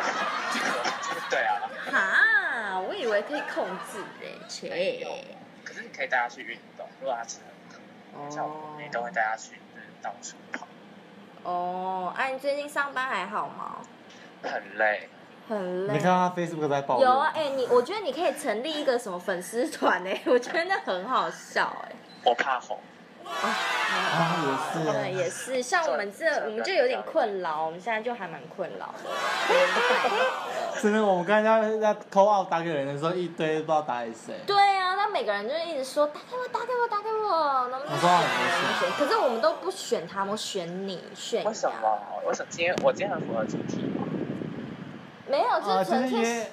Speaker 3: 哦
Speaker 1: 对啊，
Speaker 3: 哈，我以为可以控制诶、
Speaker 1: 没有
Speaker 3: 切。
Speaker 1: 可是你可以带它去运动，如果它吃很胖，像我们都会带它去就是到处跑，
Speaker 3: 哦，哎、你最近上班还好吗？
Speaker 1: 很累。
Speaker 3: 很
Speaker 2: 你
Speaker 3: 累
Speaker 2: 看。到他 Facebook 在抱
Speaker 3: 有啊，
Speaker 2: 怨，
Speaker 3: 哎、你我觉得你可以成立一个什么粉丝团哎， 我觉得那很好笑哎、
Speaker 1: 我怕红，
Speaker 2: 啊也是啊
Speaker 3: 嗯对，也是，像我们这，我们就有点困扰，我们现在就还蛮困 扰的。
Speaker 2: 真的，我们刚才在 call out 打给人的时候，一堆不知道打给谁。
Speaker 3: 对啊，那每个人就一直说打给我，打给我，打给我，能不能
Speaker 2: 我
Speaker 3: 选？
Speaker 2: 说
Speaker 3: 能
Speaker 2: 好
Speaker 3: 不能
Speaker 2: 没事
Speaker 3: 选？可是我们都不选他们，我选你，选
Speaker 1: 为什
Speaker 3: 你啊
Speaker 1: 么？为什么今天我今天很符合主题吗？
Speaker 3: 没有，就是
Speaker 2: 啊
Speaker 3: 纯
Speaker 2: 就是因
Speaker 3: 粹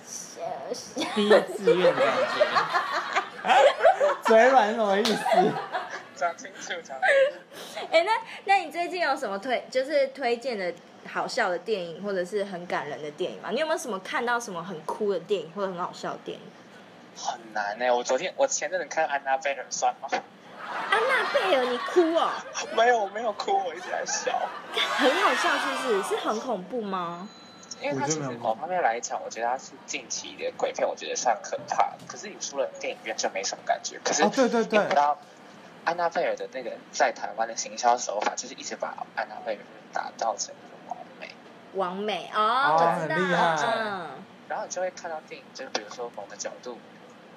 Speaker 2: 为
Speaker 3: 是。
Speaker 2: 第一志愿的感觉， 嘴软是什么意思？
Speaker 1: 讲清楚，讲清楚。
Speaker 3: 哎、那那你最近有什么推，就是推荐的好笑的电影，或者是很感人的电影吗？你有没有什么看到什么很哭的电影，或者很好笑的电影？
Speaker 1: 很难呢、我昨天我前阵子看《安娜贝尔》算吗？
Speaker 3: 安娜啊贝尔，你哭哦，
Speaker 1: 没有，我没有哭，我一直在笑。
Speaker 3: 很好笑是不是？是很恐怖吗？
Speaker 1: 因为它
Speaker 2: 我觉得
Speaker 1: 其实
Speaker 2: 没有
Speaker 1: 某方面来讲，我觉得它是近期的鬼片，我觉得算可怕。可是你出了电影院就没什么感觉。可是
Speaker 2: 哦，对对
Speaker 1: 你
Speaker 2: 对
Speaker 1: 不，到安娜贝尔的那个在台湾的行销手法，就是一直把安娜贝尔打造成完美，
Speaker 3: 王美
Speaker 2: 哦
Speaker 3: 哦，我知道，
Speaker 2: 很厉害
Speaker 3: 嗯，
Speaker 1: 然后你就会看到电影，就是比如说某个角度，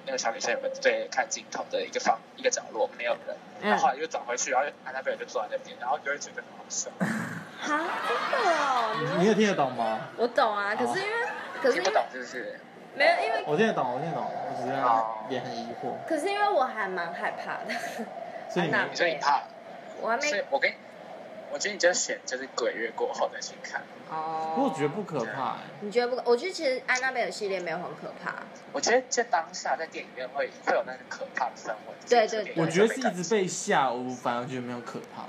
Speaker 1: 那个小女生有没有对看镜头的一个方一个角落没有人，然
Speaker 3: 嗯，
Speaker 1: 后后来又转回去，然后安娜贝尔就坐在那边，然后你就会觉得很好笑。
Speaker 3: 好，真的哦，
Speaker 2: 你也哦听得懂吗？
Speaker 3: 我懂啊，可是因为，可是
Speaker 1: 听
Speaker 3: 因
Speaker 1: 不懂
Speaker 3: 为
Speaker 1: 是不是？
Speaker 3: 没有，因为
Speaker 2: 我听得懂，我听得懂，我只
Speaker 1: 哦
Speaker 2: 是也很疑惑，
Speaker 3: 可是因为我还蛮害怕的，
Speaker 2: 所以你
Speaker 3: 安
Speaker 2: 没
Speaker 3: 娜
Speaker 1: 你说你怕，
Speaker 3: 我还
Speaker 1: 所以
Speaker 3: 没
Speaker 1: 我跟你，我觉得你就选就是鬼月过后再去看。
Speaker 3: 哦
Speaker 2: 不过我觉得不可怕、欸，
Speaker 3: 你觉得不可？我觉得其实安娜贝尔系列没有很可怕，
Speaker 1: 我觉得在当下在电影院会会有那个可怕的氛围。
Speaker 3: 对
Speaker 1: 就是
Speaker 3: 对对
Speaker 1: 电
Speaker 2: 我
Speaker 1: 影
Speaker 2: 觉
Speaker 1: 院
Speaker 2: 得
Speaker 1: 会
Speaker 2: 是
Speaker 1: 感
Speaker 2: 一直被吓，我反而觉得没有可怕。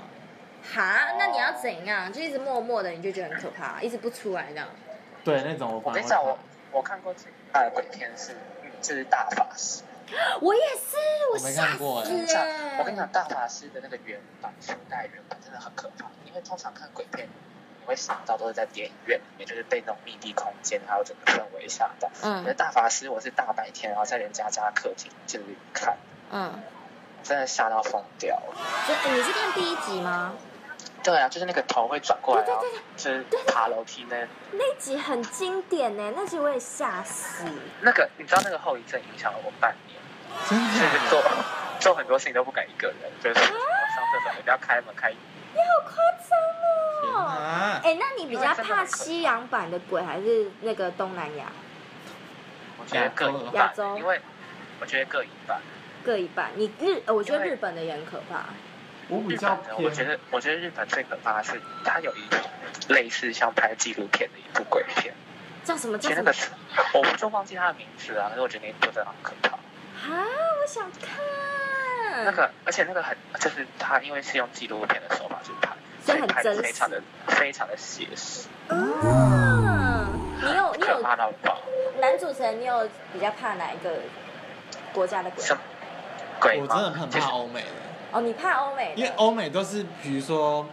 Speaker 3: 哈，那你要怎样？就一直默默的，你就觉得很可怕，一直不出来这样。
Speaker 2: 对，那种我
Speaker 1: 我
Speaker 2: 反而
Speaker 1: 跟你
Speaker 2: 会
Speaker 1: 讲，我
Speaker 2: 怕
Speaker 1: 我看过最大的鬼片是，嗯，就是大法师。
Speaker 3: 我也是，
Speaker 2: 我没看过
Speaker 1: 我
Speaker 2: 哎、
Speaker 1: 跟你
Speaker 3: 是
Speaker 1: 讲
Speaker 3: 欸，
Speaker 1: 我跟你讲，大法师的那个原版、初代原版真的很可怕，因为通常看鬼片，你会想到都是在电影院里面，就是被那种密闭空间还有整个氛围吓到。可是
Speaker 3: 嗯
Speaker 1: 大法师，我是大白天，然后在人家家客厅就是看，
Speaker 3: 嗯，
Speaker 1: 真的吓到疯掉了。
Speaker 3: 这、欸你是看第一集吗？
Speaker 1: 对啊，就是那个头会转过来，
Speaker 3: 对
Speaker 1: 然
Speaker 3: 对
Speaker 1: 后
Speaker 3: 对
Speaker 1: 就是爬楼梯那
Speaker 3: 那一集很经典呢、那集我也吓死。
Speaker 1: 那个，你知道那个后遗症影响了我半年。
Speaker 2: 真
Speaker 1: 就
Speaker 3: 啊
Speaker 2: 假
Speaker 1: 是
Speaker 2: 的
Speaker 1: 做做很多事情都不敢一个人，就是上厕所一定要开门开。
Speaker 3: 好
Speaker 2: 天
Speaker 3: 夸张哦！
Speaker 2: 哪
Speaker 3: 哎、那你比较怕西洋版的鬼还是那个东南亚
Speaker 1: 我觉得各一半，因为我觉得各一半。
Speaker 3: 各一半？你日，呃我觉得日本的也很可怕。
Speaker 2: 我比
Speaker 1: 日
Speaker 2: 较
Speaker 1: 本的，我觉
Speaker 2: 偏，
Speaker 1: 得我觉得日本最可怕的是，它有一种类似像拍纪录片的一部鬼片，
Speaker 3: 叫什么
Speaker 1: 其
Speaker 3: 叫
Speaker 1: 实那
Speaker 3: 什么
Speaker 1: 个？是我不就忘记它的名字了，可是我觉得那一部真的很可怕。
Speaker 3: 啊，我想看。
Speaker 1: 那个，而且那个很，就是它因为是用纪录片的手法去拍，
Speaker 3: 所以很
Speaker 1: 拍
Speaker 3: 真
Speaker 1: 的
Speaker 3: 实
Speaker 1: 非常的非常的写实，
Speaker 3: 嗯，你有你
Speaker 1: 可
Speaker 3: 有
Speaker 1: 怕到爆。
Speaker 3: 男主持人，你有比较怕哪一个国家的鬼？
Speaker 1: 什么鬼
Speaker 2: 我
Speaker 1: 吗？
Speaker 2: 真的很
Speaker 1: 其实
Speaker 2: 怕欧美的，
Speaker 3: 哦，你怕欧美的？
Speaker 2: 因为欧美都是比如说，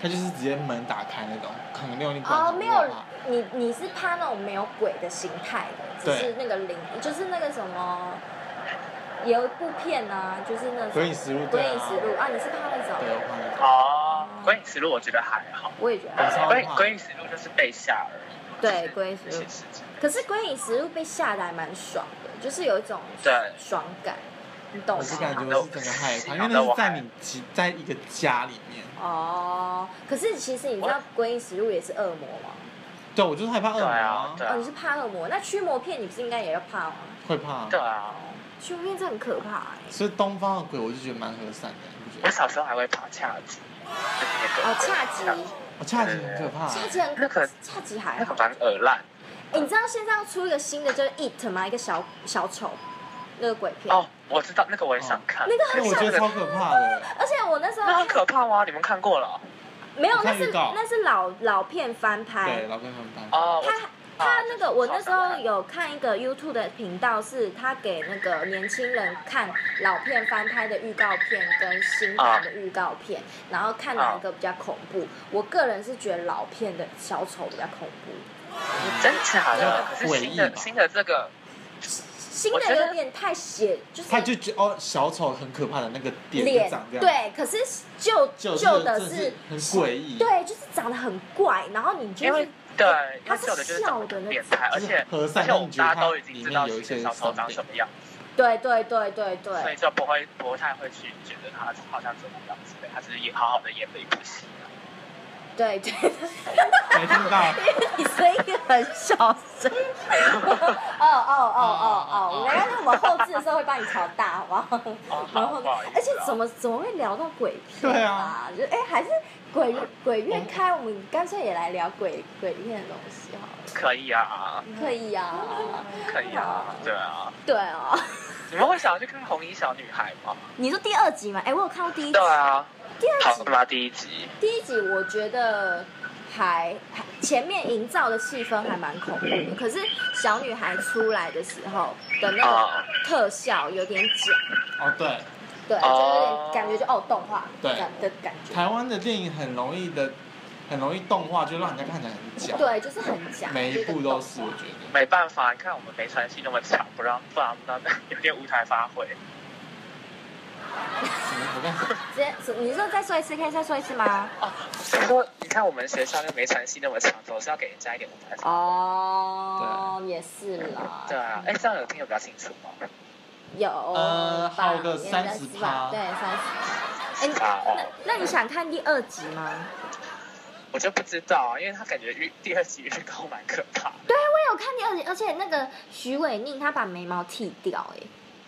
Speaker 2: 他就是直接门打开那种，可能没有你管
Speaker 3: 哦，
Speaker 2: 好
Speaker 3: 没
Speaker 2: 不
Speaker 3: 有
Speaker 2: 好，
Speaker 3: 你你是怕那种没有鬼的形态的，只
Speaker 2: 对
Speaker 3: 是那个灵，就是那个什么，有一部片啊，就是那种《
Speaker 2: 鬼影实录
Speaker 3: 鬼
Speaker 2: 对
Speaker 3: 影
Speaker 2: 啊，
Speaker 3: 实录》啊，你是怕那
Speaker 2: 对，
Speaker 3: 种？
Speaker 2: 我怕那种，
Speaker 1: 哦，鬼影实录我觉得还好，
Speaker 3: 我也觉得
Speaker 2: 我
Speaker 3: 还好，
Speaker 2: 超
Speaker 1: 鬼
Speaker 2: 怕，
Speaker 1: 鬼影实录就是被吓而已。
Speaker 3: 对
Speaker 1: 就是
Speaker 3: 鬼影
Speaker 1: 一
Speaker 3: 实录
Speaker 1: 些事情
Speaker 3: 可是《鬼影实录》被吓得还蛮爽的，就是有一种
Speaker 1: 对
Speaker 3: 爽感，你懂
Speaker 2: 我
Speaker 3: 吗？
Speaker 2: 是感觉我是整个害怕，因为那是在你其在一个家里面，
Speaker 3: 哦，可是其实你知道《鬼影实录》也是恶魔吗？
Speaker 2: 对我就是害怕恶
Speaker 1: 对
Speaker 2: 魔
Speaker 1: 啊，对
Speaker 3: 哦，
Speaker 1: 啊
Speaker 3: 你，是怕恶魔？那驱魔片你不是应该也要怕吗？
Speaker 2: 会怕
Speaker 1: 对，啊。
Speaker 3: 驱魔片真的很可怕哎、
Speaker 2: 所以东方的鬼我就觉得蛮和善的，你不觉
Speaker 1: 我
Speaker 2: 得？
Speaker 1: 小时候还会爬恰吉，就是那个
Speaker 3: 哦，恰吉，
Speaker 2: 我恰 吉很可
Speaker 1: 啊
Speaker 2: 怕，
Speaker 3: 恰吉很
Speaker 1: 那
Speaker 3: 可
Speaker 1: 个，
Speaker 3: 恰吉还
Speaker 1: 那个
Speaker 3: 好。
Speaker 1: 蛮耳烂
Speaker 3: 哎、你知道现在要出一个新的就是 It 吗？一个小小丑，那个鬼片。
Speaker 1: 哦，我知道那个我也想看，
Speaker 3: 那个
Speaker 2: 那我觉得超可怕的，
Speaker 3: 而且我那时
Speaker 1: 那
Speaker 3: 候看
Speaker 1: 很可怕吗？你们看过了？
Speaker 3: 没有，
Speaker 2: 我
Speaker 3: 那
Speaker 2: 看
Speaker 3: 是
Speaker 2: 预告
Speaker 3: 那是老老片翻
Speaker 2: 对，
Speaker 3: 拍。
Speaker 2: 老跟他们班，
Speaker 1: 哦，
Speaker 3: 他
Speaker 1: 我
Speaker 3: 他那个，我那时候。
Speaker 1: 哦
Speaker 3: 有看一个 YouTube 的频道，是他给那个年轻人看老片翻拍的预告片跟新
Speaker 1: 啊
Speaker 3: 版的预告片，然后看哪一个比较恐怖。我个人是觉得老片的小丑比较恐怖，
Speaker 1: 真假的？可是
Speaker 2: 诡
Speaker 1: 新
Speaker 2: 异
Speaker 1: 的
Speaker 2: 吧
Speaker 1: 新的这个，
Speaker 3: 新
Speaker 1: 我觉
Speaker 3: 的
Speaker 1: 得
Speaker 3: 有点太写，就是
Speaker 2: 他就觉得哦小丑很可怕的那个点就
Speaker 3: 脸
Speaker 2: 长这样，
Speaker 3: 对，可是旧
Speaker 2: 就
Speaker 3: 旧
Speaker 2: 的
Speaker 3: 的
Speaker 2: 是很诡异，
Speaker 3: 对，就是长得很怪，然后你
Speaker 1: 因
Speaker 3: 就
Speaker 1: 为
Speaker 3: 是
Speaker 1: 对，他
Speaker 3: 他是
Speaker 1: 旧的就是长得
Speaker 3: 笑的
Speaker 1: 很
Speaker 3: 那
Speaker 1: 变
Speaker 3: 种
Speaker 1: 态，而且
Speaker 2: 和
Speaker 1: 而
Speaker 2: 善，
Speaker 1: 且
Speaker 2: 但
Speaker 1: 我
Speaker 2: 你
Speaker 1: 们
Speaker 2: 觉得
Speaker 1: 大家
Speaker 2: 它
Speaker 1: 都已经
Speaker 2: 里
Speaker 1: 知
Speaker 2: 面
Speaker 1: 道
Speaker 2: 有一
Speaker 1: 新的
Speaker 2: 些
Speaker 1: 小丑长什
Speaker 2: 点
Speaker 1: 么样，
Speaker 3: 对对对对
Speaker 1: 所以
Speaker 3: 对，
Speaker 1: 就不会不太会去觉得他好像怎么样之类，他只是演好好的演了一部戏。
Speaker 3: 对对，
Speaker 2: 没听到，
Speaker 3: 你声音很小声。哦哦哦哦哦，没关系，我们后置的时候会帮你调大，好不好？
Speaker 1: 哦，
Speaker 3: 然
Speaker 1: 好，
Speaker 3: 后
Speaker 1: 不好意思啊。
Speaker 3: 而且怎么怎么会聊到鬼片
Speaker 2: 对啊？
Speaker 3: 就哎，还是鬼鬼月开，我们干脆也来聊鬼鬼片的东西好了。
Speaker 1: 可以啊，
Speaker 3: 可以啊，
Speaker 1: 可以啊，对啊。
Speaker 3: 对哦。
Speaker 1: 你们会想要去看《红衣小女孩》吗？
Speaker 3: 你说第二集嘛？哎，我有看过第一集
Speaker 1: 对，啊，
Speaker 3: 第二
Speaker 1: 好
Speaker 3: 集
Speaker 1: 吗？第一集，
Speaker 3: 第一集我觉得还还前面营造的气氛还蛮恐怖的，可是小女孩出来的时候的那
Speaker 1: 哦
Speaker 3: 个特效有点假，
Speaker 2: 哦对。
Speaker 3: 对，就有点感觉就哦动画
Speaker 2: 对
Speaker 3: 感的感觉。
Speaker 2: 台湾的电影很容易的很容易动画，就让人家看起来很假。
Speaker 3: 对，就是很假。
Speaker 2: 每一步都是，我觉得。
Speaker 1: 没办法，你看我们没传戏那么强，不让不然那有点舞台发挥。
Speaker 2: 我看
Speaker 3: 直接，你说再说一次，可以再说一次吗？
Speaker 1: 不过你看我们学校那没传戏那么强，总是要给人家一点舞台发挥。
Speaker 3: 哦，也是啦。
Speaker 1: 对啊，哎，这样有听得比较清楚吗？
Speaker 3: 有
Speaker 2: 呃
Speaker 3: 吧
Speaker 2: 还有个
Speaker 3: 应该是
Speaker 2: 30%
Speaker 3: 吧对，三十。哎，
Speaker 1: 啊
Speaker 3: 那
Speaker 1: 哦，
Speaker 3: 那你想看第二集吗？
Speaker 1: 我就不知道啊，因为他感觉预第二集预告蛮可怕的。
Speaker 3: 啊我有看第二集，而且那个徐伟宁他把眉毛剃掉、哎，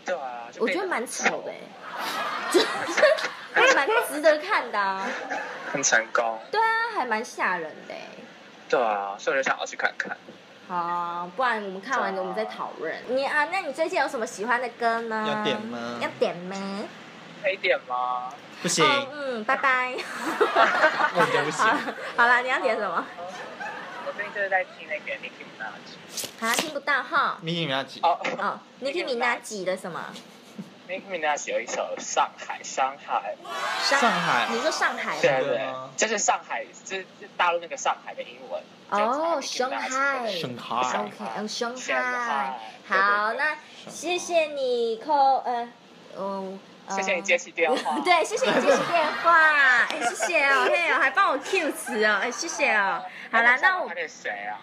Speaker 1: 对啊，就
Speaker 3: 我
Speaker 1: 变
Speaker 3: 觉得蛮丑 的、哎，还蛮值得看的啊。
Speaker 1: 很成功。
Speaker 3: 对啊，还蛮吓人的、哎。
Speaker 1: 对啊，所以我就想要去看看。
Speaker 3: 好啊，不然我们看完我们再讨论。你啊，那你最近有什么喜欢的歌呢？
Speaker 2: 要点？吗？
Speaker 3: 要点吗？
Speaker 1: 黑点吗？
Speaker 2: 不行，
Speaker 3: 哦嗯，拜 拜。
Speaker 2: 我觉得哦不行
Speaker 3: 好。好啦，你要点什么？
Speaker 1: 我最近就是在听那个 Nicki Minaj。
Speaker 3: 好像听不到哈。
Speaker 2: 米米要几？
Speaker 1: 哦
Speaker 3: 哦，Nicki Minaj 的什么？
Speaker 1: ，Nicki Minaj 有一首《上海》，上海，
Speaker 2: 上海
Speaker 3: 你说上海
Speaker 1: 对
Speaker 3: 吗？
Speaker 1: 对
Speaker 2: 真
Speaker 1: 对
Speaker 2: 的吗，
Speaker 1: 就是上海，就是大陆那个上海的英文。
Speaker 3: 哦，
Speaker 1: 就
Speaker 3: 上
Speaker 1: 是 Nicki Minaj
Speaker 2: 上
Speaker 3: 海。
Speaker 2: 海
Speaker 3: OK，哦，上
Speaker 1: 上
Speaker 3: 海
Speaker 1: 海。
Speaker 3: 好，
Speaker 1: 对对对
Speaker 3: 那谢谢你扣呃，嗯，呃。
Speaker 1: 谢谢你接起电话
Speaker 3: 哦对，谢谢你接起电话，哎，谢谢哦，嘿哦，还帮我 Q 词哦，哎，谢谢哦。好啦，那我
Speaker 1: 打给谁啊？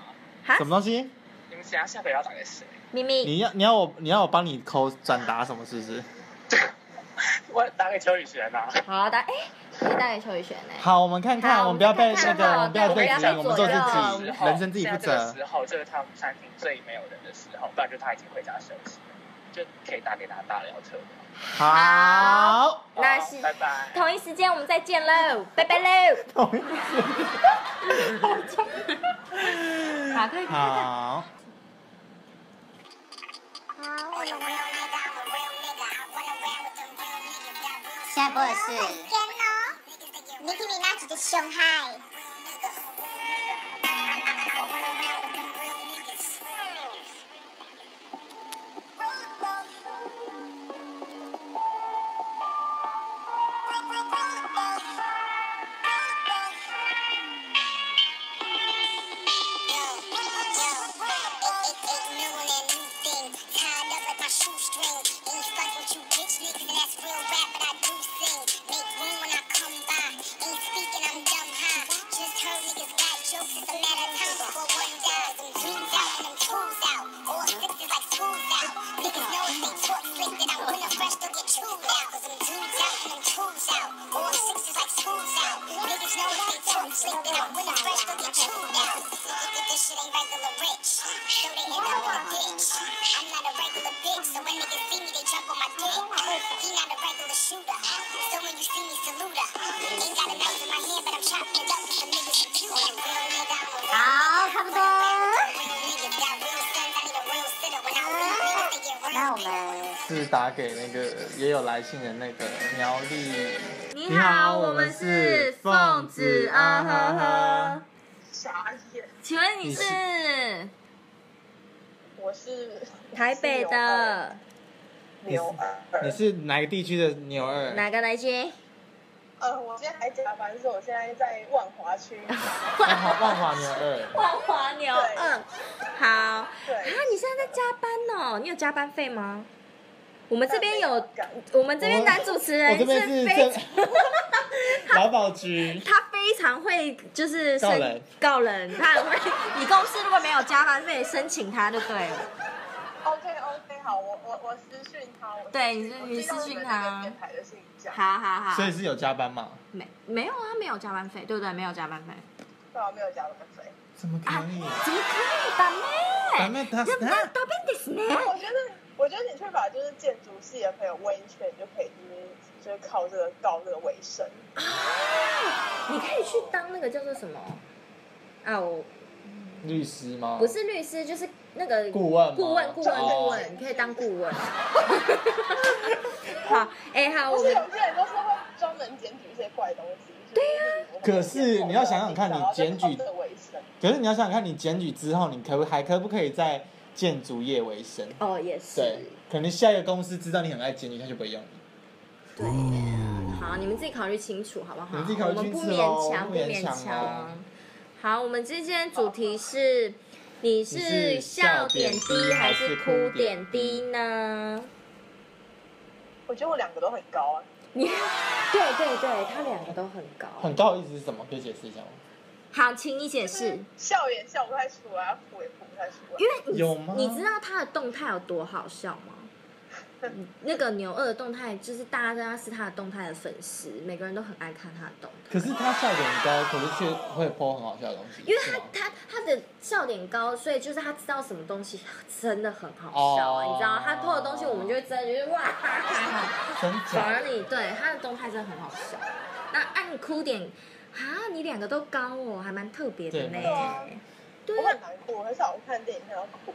Speaker 3: 哈
Speaker 2: 什，么东西？
Speaker 1: 你们想要下个月要打给谁？
Speaker 3: 咪咪，
Speaker 2: 你要你要我你要我帮你抠转达什么？是不是？
Speaker 1: 我打给邱宇轩啊。
Speaker 3: 好的，哎，可以带给邱宇轩哎，
Speaker 2: 好，我们看看，
Speaker 3: 好
Speaker 2: 我们不要被
Speaker 3: 我
Speaker 2: 那
Speaker 3: 们看
Speaker 2: 个，
Speaker 3: 看
Speaker 2: 我们不要被指
Speaker 3: 对
Speaker 2: 引，我们做
Speaker 1: 这
Speaker 2: 自
Speaker 3: 我们
Speaker 1: 个
Speaker 2: 己
Speaker 1: 时，候
Speaker 2: 人生自己负
Speaker 1: 现在这
Speaker 2: 责
Speaker 1: 个时。候就是他们餐厅最没有人的时候，不然就他已经回家休息了，就可以打给他大聊特聊。
Speaker 2: 好，
Speaker 3: 那
Speaker 1: 好
Speaker 3: 是
Speaker 1: 拜拜。
Speaker 3: 同一时间我们再见喽，拜拜喽。
Speaker 2: 同意
Speaker 3: 好，可以，可以，可以。
Speaker 2: 好，
Speaker 5: 现在播的是 Nicki Minaj 的《凶嗨》。Niggas know if they talk slick, then I'm winning fresh, they'll get chewed out. Cause I'm dudes out and I'm tools out. All sixes like schools out. Niggas know if they talk slick, then I'm winning fresh, they'll get chewed out. This shit ain't regular rich, so they end up in a ditch. I'm not a regular bitch, so when niggas see me, they jump on my dick. He not a regular shooter, so when you see me, salute her. Ain't got a knife in my hand, but I'm chopping it up with the niggas and shooting. I'm a real nigga, I'm a real
Speaker 3: 好，差不多。
Speaker 5: real nigga. Got real sons, I need a real sitter. When I real niggas, they get real.
Speaker 3: 那我们
Speaker 2: 是打给那个也有来信的那个苗栗。
Speaker 3: 你好，我们是凤子啊呵呵。
Speaker 6: 傻眼，
Speaker 3: 请问你
Speaker 2: 你
Speaker 3: 是
Speaker 2: 是
Speaker 6: 我是
Speaker 3: 台北的
Speaker 6: 牛二，
Speaker 2: 你是哪个地区的牛二？
Speaker 3: 哪个来接？
Speaker 6: 呃，我现在还加班，所以我现在在万 华区。
Speaker 2: 万华万华牛二。
Speaker 3: 万华牛二。好啊，
Speaker 6: 对，
Speaker 3: 你现在在加班哦？你有加班费吗？我们这边
Speaker 6: 但
Speaker 3: 有
Speaker 6: 呃没讲
Speaker 3: 我们这边男主持人
Speaker 2: 我这边是
Speaker 3: 非
Speaker 2: 正劳保局。
Speaker 3: 他非常会就是申
Speaker 2: 告人
Speaker 3: 告人，他很会。你公司如果没有加班费，申请他就 对了。
Speaker 6: OK OK，好，我我我私讯他，我私讯
Speaker 3: 对你是
Speaker 6: 我
Speaker 3: 你
Speaker 6: 寄到
Speaker 3: 私
Speaker 6: 你
Speaker 3: 讯
Speaker 6: 们
Speaker 3: 他
Speaker 6: 那个电台的信箱，
Speaker 3: 好好好
Speaker 2: 所，以是有加班吗？
Speaker 3: 没没有啊，没有加班费，对不对？没有加班费，啊
Speaker 6: 对啊，没有加班费。
Speaker 2: 怎么可以？
Speaker 3: 怎么可以？打妹，
Speaker 2: ダメだ
Speaker 3: 这打打妹です
Speaker 6: 但
Speaker 3: ね。
Speaker 6: 我觉得，我觉得你去把就是建筑系的朋友问一圈，你就可以就是就是靠这个搞这个为生。
Speaker 3: 你可以去当那个叫做什么？啊，我
Speaker 2: 律师吗？
Speaker 3: 不是律师，就是那个
Speaker 2: 顾问吗
Speaker 3: 顾问，顾问，顾问，你可以当顾 问。好，哎，好，
Speaker 6: 不
Speaker 3: 我
Speaker 6: 是
Speaker 3: 们
Speaker 6: 有些人都是会专门检举一些怪东西。对
Speaker 3: 啊
Speaker 6: 呀、
Speaker 2: 可是你要想想看你检举
Speaker 6: 的为生，
Speaker 2: 可是你要想想看，你检举之后，你可不还可不可以在建筑业为生？
Speaker 3: 哦也是
Speaker 2: 对，可能下一个公司知道你很爱检举，他就不会用你。
Speaker 3: 对，好，好，你们自己考虑清楚好不好？
Speaker 2: 你们自己考
Speaker 3: 我
Speaker 2: 虑
Speaker 3: 们
Speaker 2: 清楚
Speaker 3: 不
Speaker 2: 哦
Speaker 3: 勉强，
Speaker 2: 不
Speaker 3: 不
Speaker 2: 勉
Speaker 3: 勉
Speaker 2: 强哦
Speaker 3: 强。好，我们今天主题是：你是
Speaker 2: 是
Speaker 3: 笑
Speaker 2: 笑点
Speaker 3: 点低
Speaker 2: 低
Speaker 3: 还
Speaker 2: 还
Speaker 3: 是
Speaker 2: 是
Speaker 3: 哭
Speaker 2: 哭
Speaker 3: 点
Speaker 2: 点低
Speaker 3: 低呢？
Speaker 6: 我觉得我两个都很高啊，
Speaker 3: 你 对对对，他两个都很高。
Speaker 2: 很高的意思是什么？可以解释一下吗？
Speaker 3: 好，请你解释，
Speaker 6: 笑也笑不太出来，哭也哭不太出来。
Speaker 3: 因为你
Speaker 2: 有吗
Speaker 3: 你知道他的动态有多好笑吗？嗯那个牛二的动态，就是大家都他是他的动态的粉丝，每个人都很爱看他的动态。
Speaker 2: 可是他笑点很高，可是却会播很好笑的东西，
Speaker 3: 因为
Speaker 2: 是
Speaker 3: 他
Speaker 2: 吗？
Speaker 3: 他他的笑点高，所以就是他知道什么东西真的很好笑啊，
Speaker 2: 哦
Speaker 3: 你知道他偷的东西，我们就会真的觉得哇哈哈哈。
Speaker 2: 真
Speaker 3: 反
Speaker 2: 假
Speaker 3: 而？你对他的动态真的很好笑。那按哭点啊，你两个都高哦，还蛮特别的
Speaker 2: 对
Speaker 3: 呢
Speaker 2: 蛮。
Speaker 3: 对
Speaker 6: 我
Speaker 3: 啊
Speaker 6: 很，难哭，我很少看电影看到哭。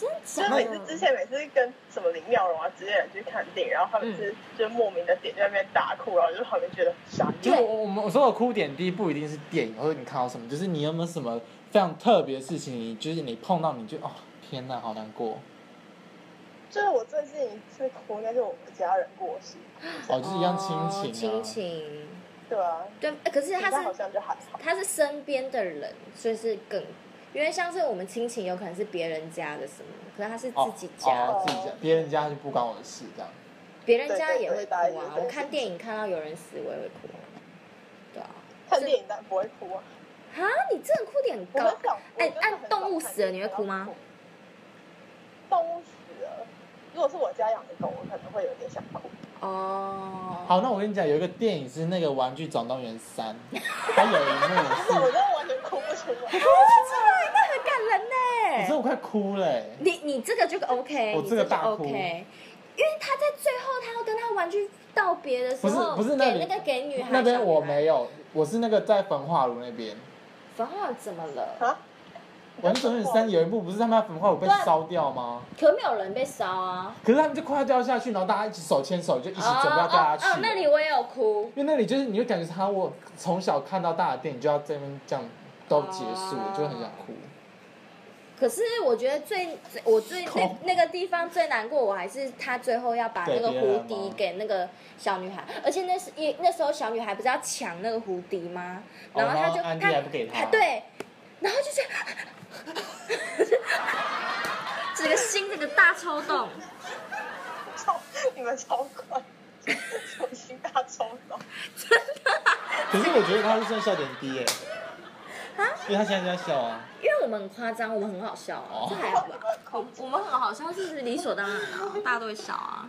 Speaker 3: 真
Speaker 6: 就
Speaker 3: 假
Speaker 6: 是每次之
Speaker 3: 的？
Speaker 6: 前每次跟什么林妙荣啊之类的人去看电影，然后他们是就是莫名的点在那边大哭，然后就旁边觉得很傻
Speaker 2: 就
Speaker 6: 眼。
Speaker 2: 是我我们我说的哭点低不一定是电影，或者你看到什么，就是你有没有什么非常特别的事情，你就是你碰到你就哦天哪，好难过
Speaker 6: 就是我最近一次哭，那是我们家人过世。
Speaker 2: 哦，就是一样亲
Speaker 3: 哦
Speaker 2: 情、啊，
Speaker 3: 亲情。
Speaker 6: 对啊，
Speaker 3: 对，哎可是
Speaker 6: 其
Speaker 3: 他
Speaker 6: 他好
Speaker 3: 是
Speaker 6: 像就还好。
Speaker 3: 他是身边的人，所以是更，因为像是我们亲情有可能是别人家的什么，可是他是
Speaker 2: 哦
Speaker 3: 自己家的
Speaker 2: 哦，自己家，别人家就不关我的事这样。
Speaker 3: 别人家也会哭
Speaker 6: 对对
Speaker 3: 啊
Speaker 6: 对，对
Speaker 3: 我看电影看到有人死，我也会哭啊。对啊，
Speaker 6: 看电影但不会哭啊，
Speaker 3: 啊，你这哭点很
Speaker 6: 我
Speaker 3: 高
Speaker 6: 很，少。
Speaker 3: 哎
Speaker 6: 我真的很少
Speaker 3: 按动物死了你会哭吗
Speaker 6: 看电影然后哭？动物死了，如果是我家养的狗，我可能会有点想哭。
Speaker 3: 哦。
Speaker 2: 好，那我跟你讲，有一个电影是那个《玩具总动员三》，它有一幕
Speaker 6: 但是我
Speaker 2: 是，
Speaker 6: 真的完全哭不出来。
Speaker 3: 哭得出来，那很感人
Speaker 2: 你
Speaker 3: 呢
Speaker 2: 真。的快哭了欸、
Speaker 3: 你你这个就 OK，
Speaker 2: 我
Speaker 3: 你
Speaker 2: 这个
Speaker 3: 就
Speaker 2: 大哭
Speaker 3: OK，因为他在最后他要跟他玩具道别的时
Speaker 2: 不是
Speaker 3: 候，
Speaker 2: 不是那
Speaker 3: 哦给
Speaker 2: 里
Speaker 3: 那个给女孩
Speaker 2: 那边
Speaker 3: 小
Speaker 2: 我
Speaker 3: 女孩
Speaker 2: 没有，我是那个在焚化炉那边，
Speaker 3: 冯浩怎么了？
Speaker 6: 啊？
Speaker 2: 《玩具总动员三》有一幕不是他们要焚化炉被
Speaker 3: 对啊
Speaker 2: 烧掉吗？
Speaker 3: 可没有人被烧啊！
Speaker 2: 可是他们就快要掉下去，然后大家一起手牵手就一起准备要掉下去。
Speaker 3: 哦哦哦，那里我也有哭。
Speaker 2: 因为那里就是你会感觉他我从小看到大的电影就要这边这样都结束了，
Speaker 3: 哦
Speaker 2: 就很想哭。
Speaker 3: 可是我觉得最最我最那
Speaker 2: 哭
Speaker 3: 那个地方最难过，我还是他最后要把那个
Speaker 2: 给别人
Speaker 3: 蝴
Speaker 2: 吗
Speaker 3: 蝶给那个小女孩，而且那是也那时候小女孩不是要抢那个蝴蝶吗？
Speaker 2: 哦
Speaker 3: 然后他就
Speaker 2: 然后安迪
Speaker 3: 他
Speaker 2: 还不给她
Speaker 3: 他对，然后就觉得 这个心这个大抽动，
Speaker 6: 超，你们超快， 重新大抽动。
Speaker 3: 真的，
Speaker 2: 可是我觉得他是算笑点低耶、
Speaker 3: 啊
Speaker 2: 因为他现在就在笑啊。
Speaker 3: 因为我们很夸张，我们很好笑啊
Speaker 2: 哦，
Speaker 3: 这还好吧？我我们很好笑是理所当然啊，大家都会笑啊。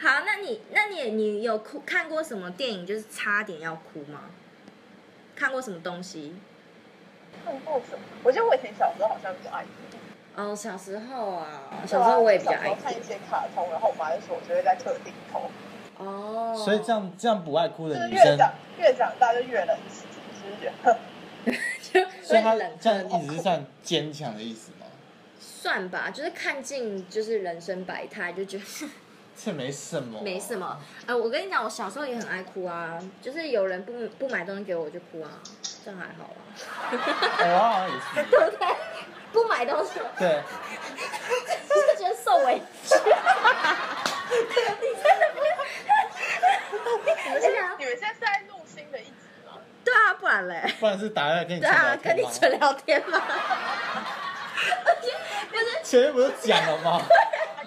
Speaker 3: 好，那你那你你有哭看过什么电影就是差点要哭吗？看过什么东西？
Speaker 6: 看过什么？我觉得我以前小时候好像比较爱哭，
Speaker 3: 哦，小时候啊，小时候我也比较爱
Speaker 6: 小时候看
Speaker 3: 哭
Speaker 6: 一些卡通，然后我妈就说我就会在客厅哭，
Speaker 3: 哦，
Speaker 2: 所以这样这样不爱哭
Speaker 6: 就是
Speaker 2: 的女
Speaker 6: 越
Speaker 2: 生，
Speaker 6: 长越长大就越冷死，就是觉得
Speaker 3: 就
Speaker 2: 所以
Speaker 3: 会
Speaker 2: 她
Speaker 3: 冷
Speaker 2: 这样一直是算坚强的意思吗？
Speaker 3: 算吧，就是看尽就是人生百态，就觉得
Speaker 2: 这没什么，
Speaker 3: 没什么。呃，我跟你讲，我小时候也很爱哭啊，就是有人不不买东西给我我就哭啊，这样还好啊，
Speaker 2: 哎。我好像也是，
Speaker 3: 对不对？不买东西，
Speaker 2: 对，
Speaker 3: 就是觉得受委屈。你真的 不
Speaker 6: 你们
Speaker 3: 要，
Speaker 6: 现
Speaker 3: 真的
Speaker 6: 在
Speaker 3: 啊
Speaker 6: 你们现在是在录新的一集吗？
Speaker 3: 对啊，不然嘞。
Speaker 2: 不然是打来跟你
Speaker 3: 对
Speaker 2: 纯聊
Speaker 3: 啊，
Speaker 2: 天
Speaker 3: 跟你
Speaker 2: 吗
Speaker 3: 纯聊天嘛。而且不是
Speaker 2: 前面不是讲了 吗？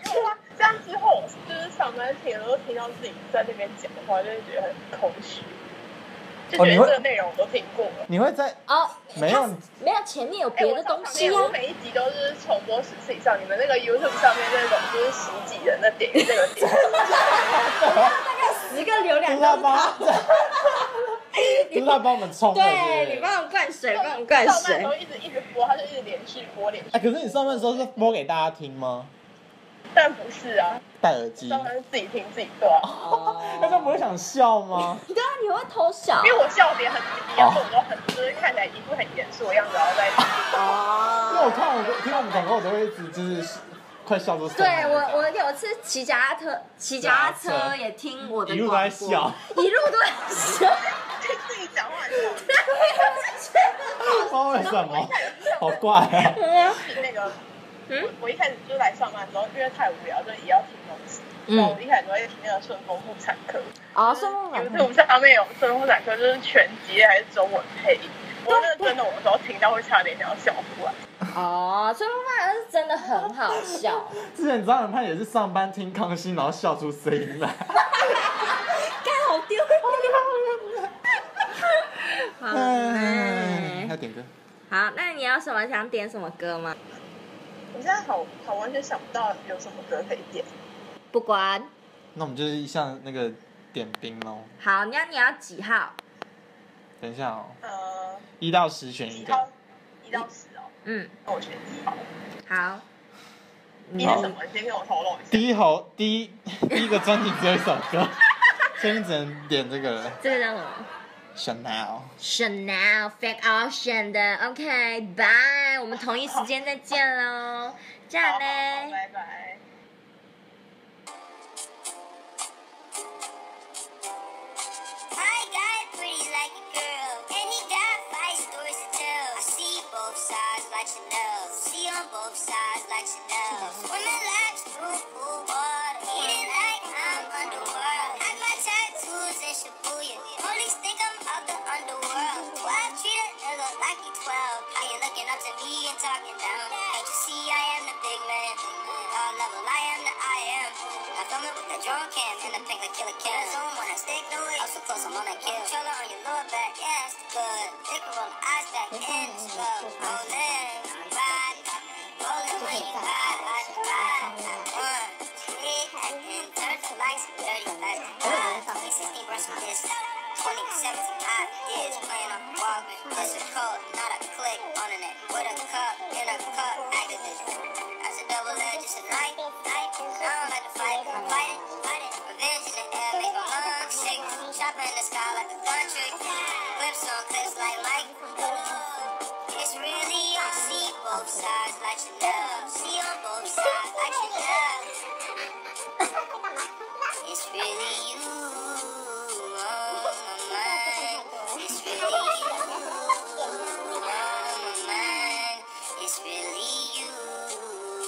Speaker 6: 对啊，这样之后就是上班听的时候听到自己在那边讲的话，就会觉得很空虚，就觉
Speaker 2: 哦
Speaker 6: 得
Speaker 2: 你
Speaker 6: 这
Speaker 2: 会
Speaker 6: 个内容我都听过了。
Speaker 2: 你会 在
Speaker 3: 哦，
Speaker 2: 没有
Speaker 3: 它是没有前面有
Speaker 6: 哎，
Speaker 3: 别
Speaker 6: 我
Speaker 3: 的东
Speaker 6: 上
Speaker 3: 西
Speaker 6: 面
Speaker 3: 啊
Speaker 6: 我。每一集都是重播十次以上，你们那个 YouTube 上面那种就是十几人的点阅那个 点，
Speaker 3: 哎十个流量
Speaker 2: 就是他
Speaker 3: 高
Speaker 2: 帮，
Speaker 3: 达，
Speaker 2: 就是他帮我们冲的，
Speaker 3: 对
Speaker 2: 对
Speaker 3: 你
Speaker 2: 不对。
Speaker 3: 帮我灌水，帮我灌
Speaker 6: 上班
Speaker 3: 水
Speaker 6: 都。一直一直播，他就一直连续播连续播。
Speaker 2: 哎，可是你上面的时候是播给大家听吗？
Speaker 6: 但不是啊，
Speaker 2: 戴耳机，
Speaker 6: 当然是自己听自己做啊，
Speaker 3: 哦
Speaker 2: 大家不会想笑吗？
Speaker 3: 对啊，你会偷笑
Speaker 6: 因为我笑点很低，
Speaker 3: 哦
Speaker 6: 然后我都很就是看起来一副很严肃的样子，然后再
Speaker 2: 因为我
Speaker 3: 哦。
Speaker 2: 看我听我们广告，我都会一直就是快笑出声。
Speaker 3: 对我，我有次骑脚踏车，骑脚踏
Speaker 2: 脚踏
Speaker 3: 车
Speaker 2: 车
Speaker 3: 也听我的
Speaker 2: 一路都
Speaker 3: 广
Speaker 2: 在
Speaker 3: 播
Speaker 2: 笑，
Speaker 3: 一路都在笑。
Speaker 6: 自己讲话，你懂
Speaker 2: 不知道为什么，好怪啊！
Speaker 6: 是那个，
Speaker 3: 嗯
Speaker 6: 我一开始就来上班的时候，因为太无聊，就也要听东西，
Speaker 3: 嗯
Speaker 6: 然后我一开始都会听那个顺丰妇产科，
Speaker 3: 哦，顺丰
Speaker 6: 有
Speaker 3: 两
Speaker 6: 一次我们上面有顺丰妇产科，就是全集还是中文配音。我那个真的，我有时候听到会差点想要笑出来。
Speaker 3: 哦，顺丰两是真的很好笑。
Speaker 2: 之前张远派也是上班听康熙，然后笑出声音来。
Speaker 3: 干好丢脸。 好
Speaker 2: 嗯，要
Speaker 3: 嘞，
Speaker 2: 点歌。
Speaker 3: 好，那你要什么想点什么歌吗？
Speaker 6: 我现在好好完全想不到有什么歌可以点。
Speaker 3: 不管，
Speaker 2: 那我们就是像那个点兵喽。
Speaker 3: 好，你要你要几号？
Speaker 2: 等一下哦，
Speaker 6: 呃，
Speaker 2: 一到十选一
Speaker 6: 一
Speaker 2: 个。
Speaker 6: 到一到十哦，
Speaker 3: 嗯，
Speaker 6: 那我选一好了。
Speaker 3: 好，
Speaker 6: 一是什么？你先给我透露一下。
Speaker 2: 第一猴第一第一个专辑只有一首歌，所以你只能点这个了。
Speaker 3: 这个叫什么
Speaker 2: Chanel。
Speaker 3: ？Chanel Fake Ocean 的，OK，拜，我们同一时间再见喽，这
Speaker 6: 好
Speaker 3: 样
Speaker 6: 好好
Speaker 3: 嘞，
Speaker 6: 拜拜。
Speaker 5: I got it pretty like a girl, and he got five stories to tell. I see both sides like Chanel, see on both sides like Chanel. Swimming like through cool water, eating like I'm underworld. Hide my tattoos in Shibuya, police think I'm of the underworld. Why I treat a nigga like he 12? How you looking up to me and talking down? Can't you see I am the big man? All level, I am the I am. I film it with the drone cam and the pink like killer cat. Zoom when I stick to it. I'm so close, I'm on that kill. Controller on your lower back, yeah, it's good. Thicker on the eyes back in the slow. Rolling, ride, rolling when you ride, ride, ride. One, three, and then turn the lights, dirty lights. Five, 2016, brush with this. 2017, I did playing on Walgreens. This is code, not a click on the net. With a cup, in a cup, activision. That's a double edge, it's a knife, knife. I don't like to fight, I'm fighting, fighting. Revenge in the air, make my lungs shake. Chopping in the sky like a gun trick. Clips on clips like Mike. It's really on see both sides like Chanel. See on both sides like Chanel. It's really you on my mind. It's really you on my mind. It's really you.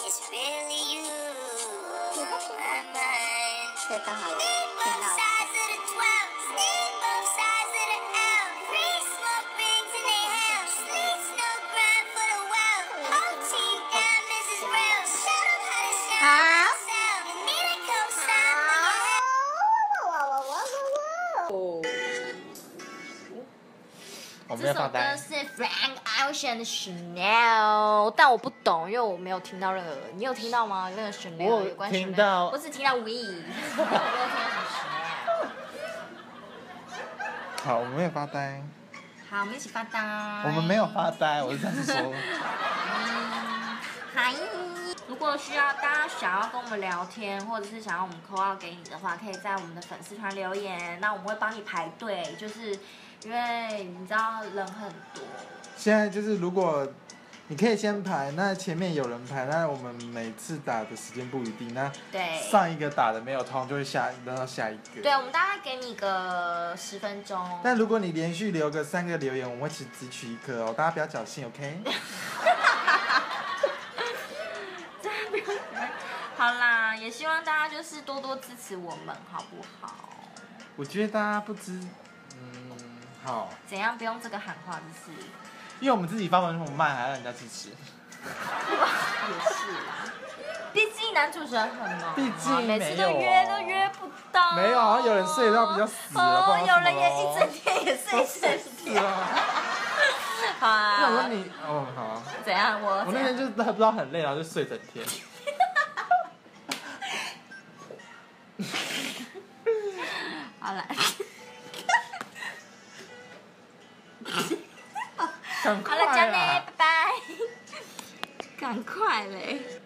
Speaker 5: It's really you on my mind.
Speaker 3: 这刚好
Speaker 5: Need both sides of the twelve. Need both sides of the L. Free smoke rings in their hell. Sleeps no ground for the well. Whole team down, this is real. Show 'em how to shine. Sell. You need a co-sign for your help.
Speaker 2: 我们
Speaker 3: 这
Speaker 2: 要
Speaker 3: 首
Speaker 2: 放
Speaker 3: 歌
Speaker 2: 单。
Speaker 3: 是 Frank Ocean 的 Chanel，但我不懂，因为我没有听到任何。你有听到吗？那个 Chanel
Speaker 2: 我有
Speaker 3: 有关
Speaker 2: 听
Speaker 3: Chanel
Speaker 2: 到
Speaker 3: 我只 听到 We，我没有听到什么
Speaker 2: 好，我们没有发呆，
Speaker 3: Chanel。好，我们一起发呆。
Speaker 2: 我们没有发呆，我是这样说。
Speaker 3: 嗨，如果需要大家想要跟我们聊天，或者是想要我们扣号给你的话，可以在我们的粉丝团留言，那我们会帮你排队，就是因为你知道人很多。
Speaker 2: 现在就是如果你可以先排，那前面有人排，那我们每次打的时间不一定，那
Speaker 3: 对
Speaker 2: 上一个打的没有通，就会下轮到下一个。
Speaker 3: 对，我啊们大概给你个十分钟。
Speaker 2: 但如果你连续留个三个留言，我们会只只取一个哦，大家不要侥幸，OK？
Speaker 3: 好啦，也希望大家就是多多支持我们，好不好？
Speaker 2: 我觉得大家不知，嗯，好，
Speaker 3: 怎样不用这个喊话，就是也
Speaker 2: 因为我们自己发文那么慢，还要人家支持。
Speaker 3: 是啦。毕竟男主持人很忙啊，
Speaker 2: 毕竟
Speaker 3: 每次都
Speaker 2: 没有
Speaker 3: 约都约不到。
Speaker 2: 没有啊有人睡到比较死啊不
Speaker 3: 哦
Speaker 2: 然，要
Speaker 3: 有
Speaker 2: 怎么
Speaker 3: 人也一整天也睡一整
Speaker 2: 是
Speaker 3: 天。
Speaker 2: 啊，
Speaker 3: 好
Speaker 2: 那我
Speaker 3: 啊
Speaker 2: 问，你，哦，好啊，
Speaker 3: 怎样？我
Speaker 2: 我
Speaker 3: 怎
Speaker 2: 那天
Speaker 3: 样？
Speaker 2: 就是不知道很累，然后就睡整 天。
Speaker 3: 好了，
Speaker 2: 赶
Speaker 3: 好
Speaker 2: 快
Speaker 3: 了，
Speaker 2: 啊
Speaker 3: 讲嘞，拜拜。赶快嘞！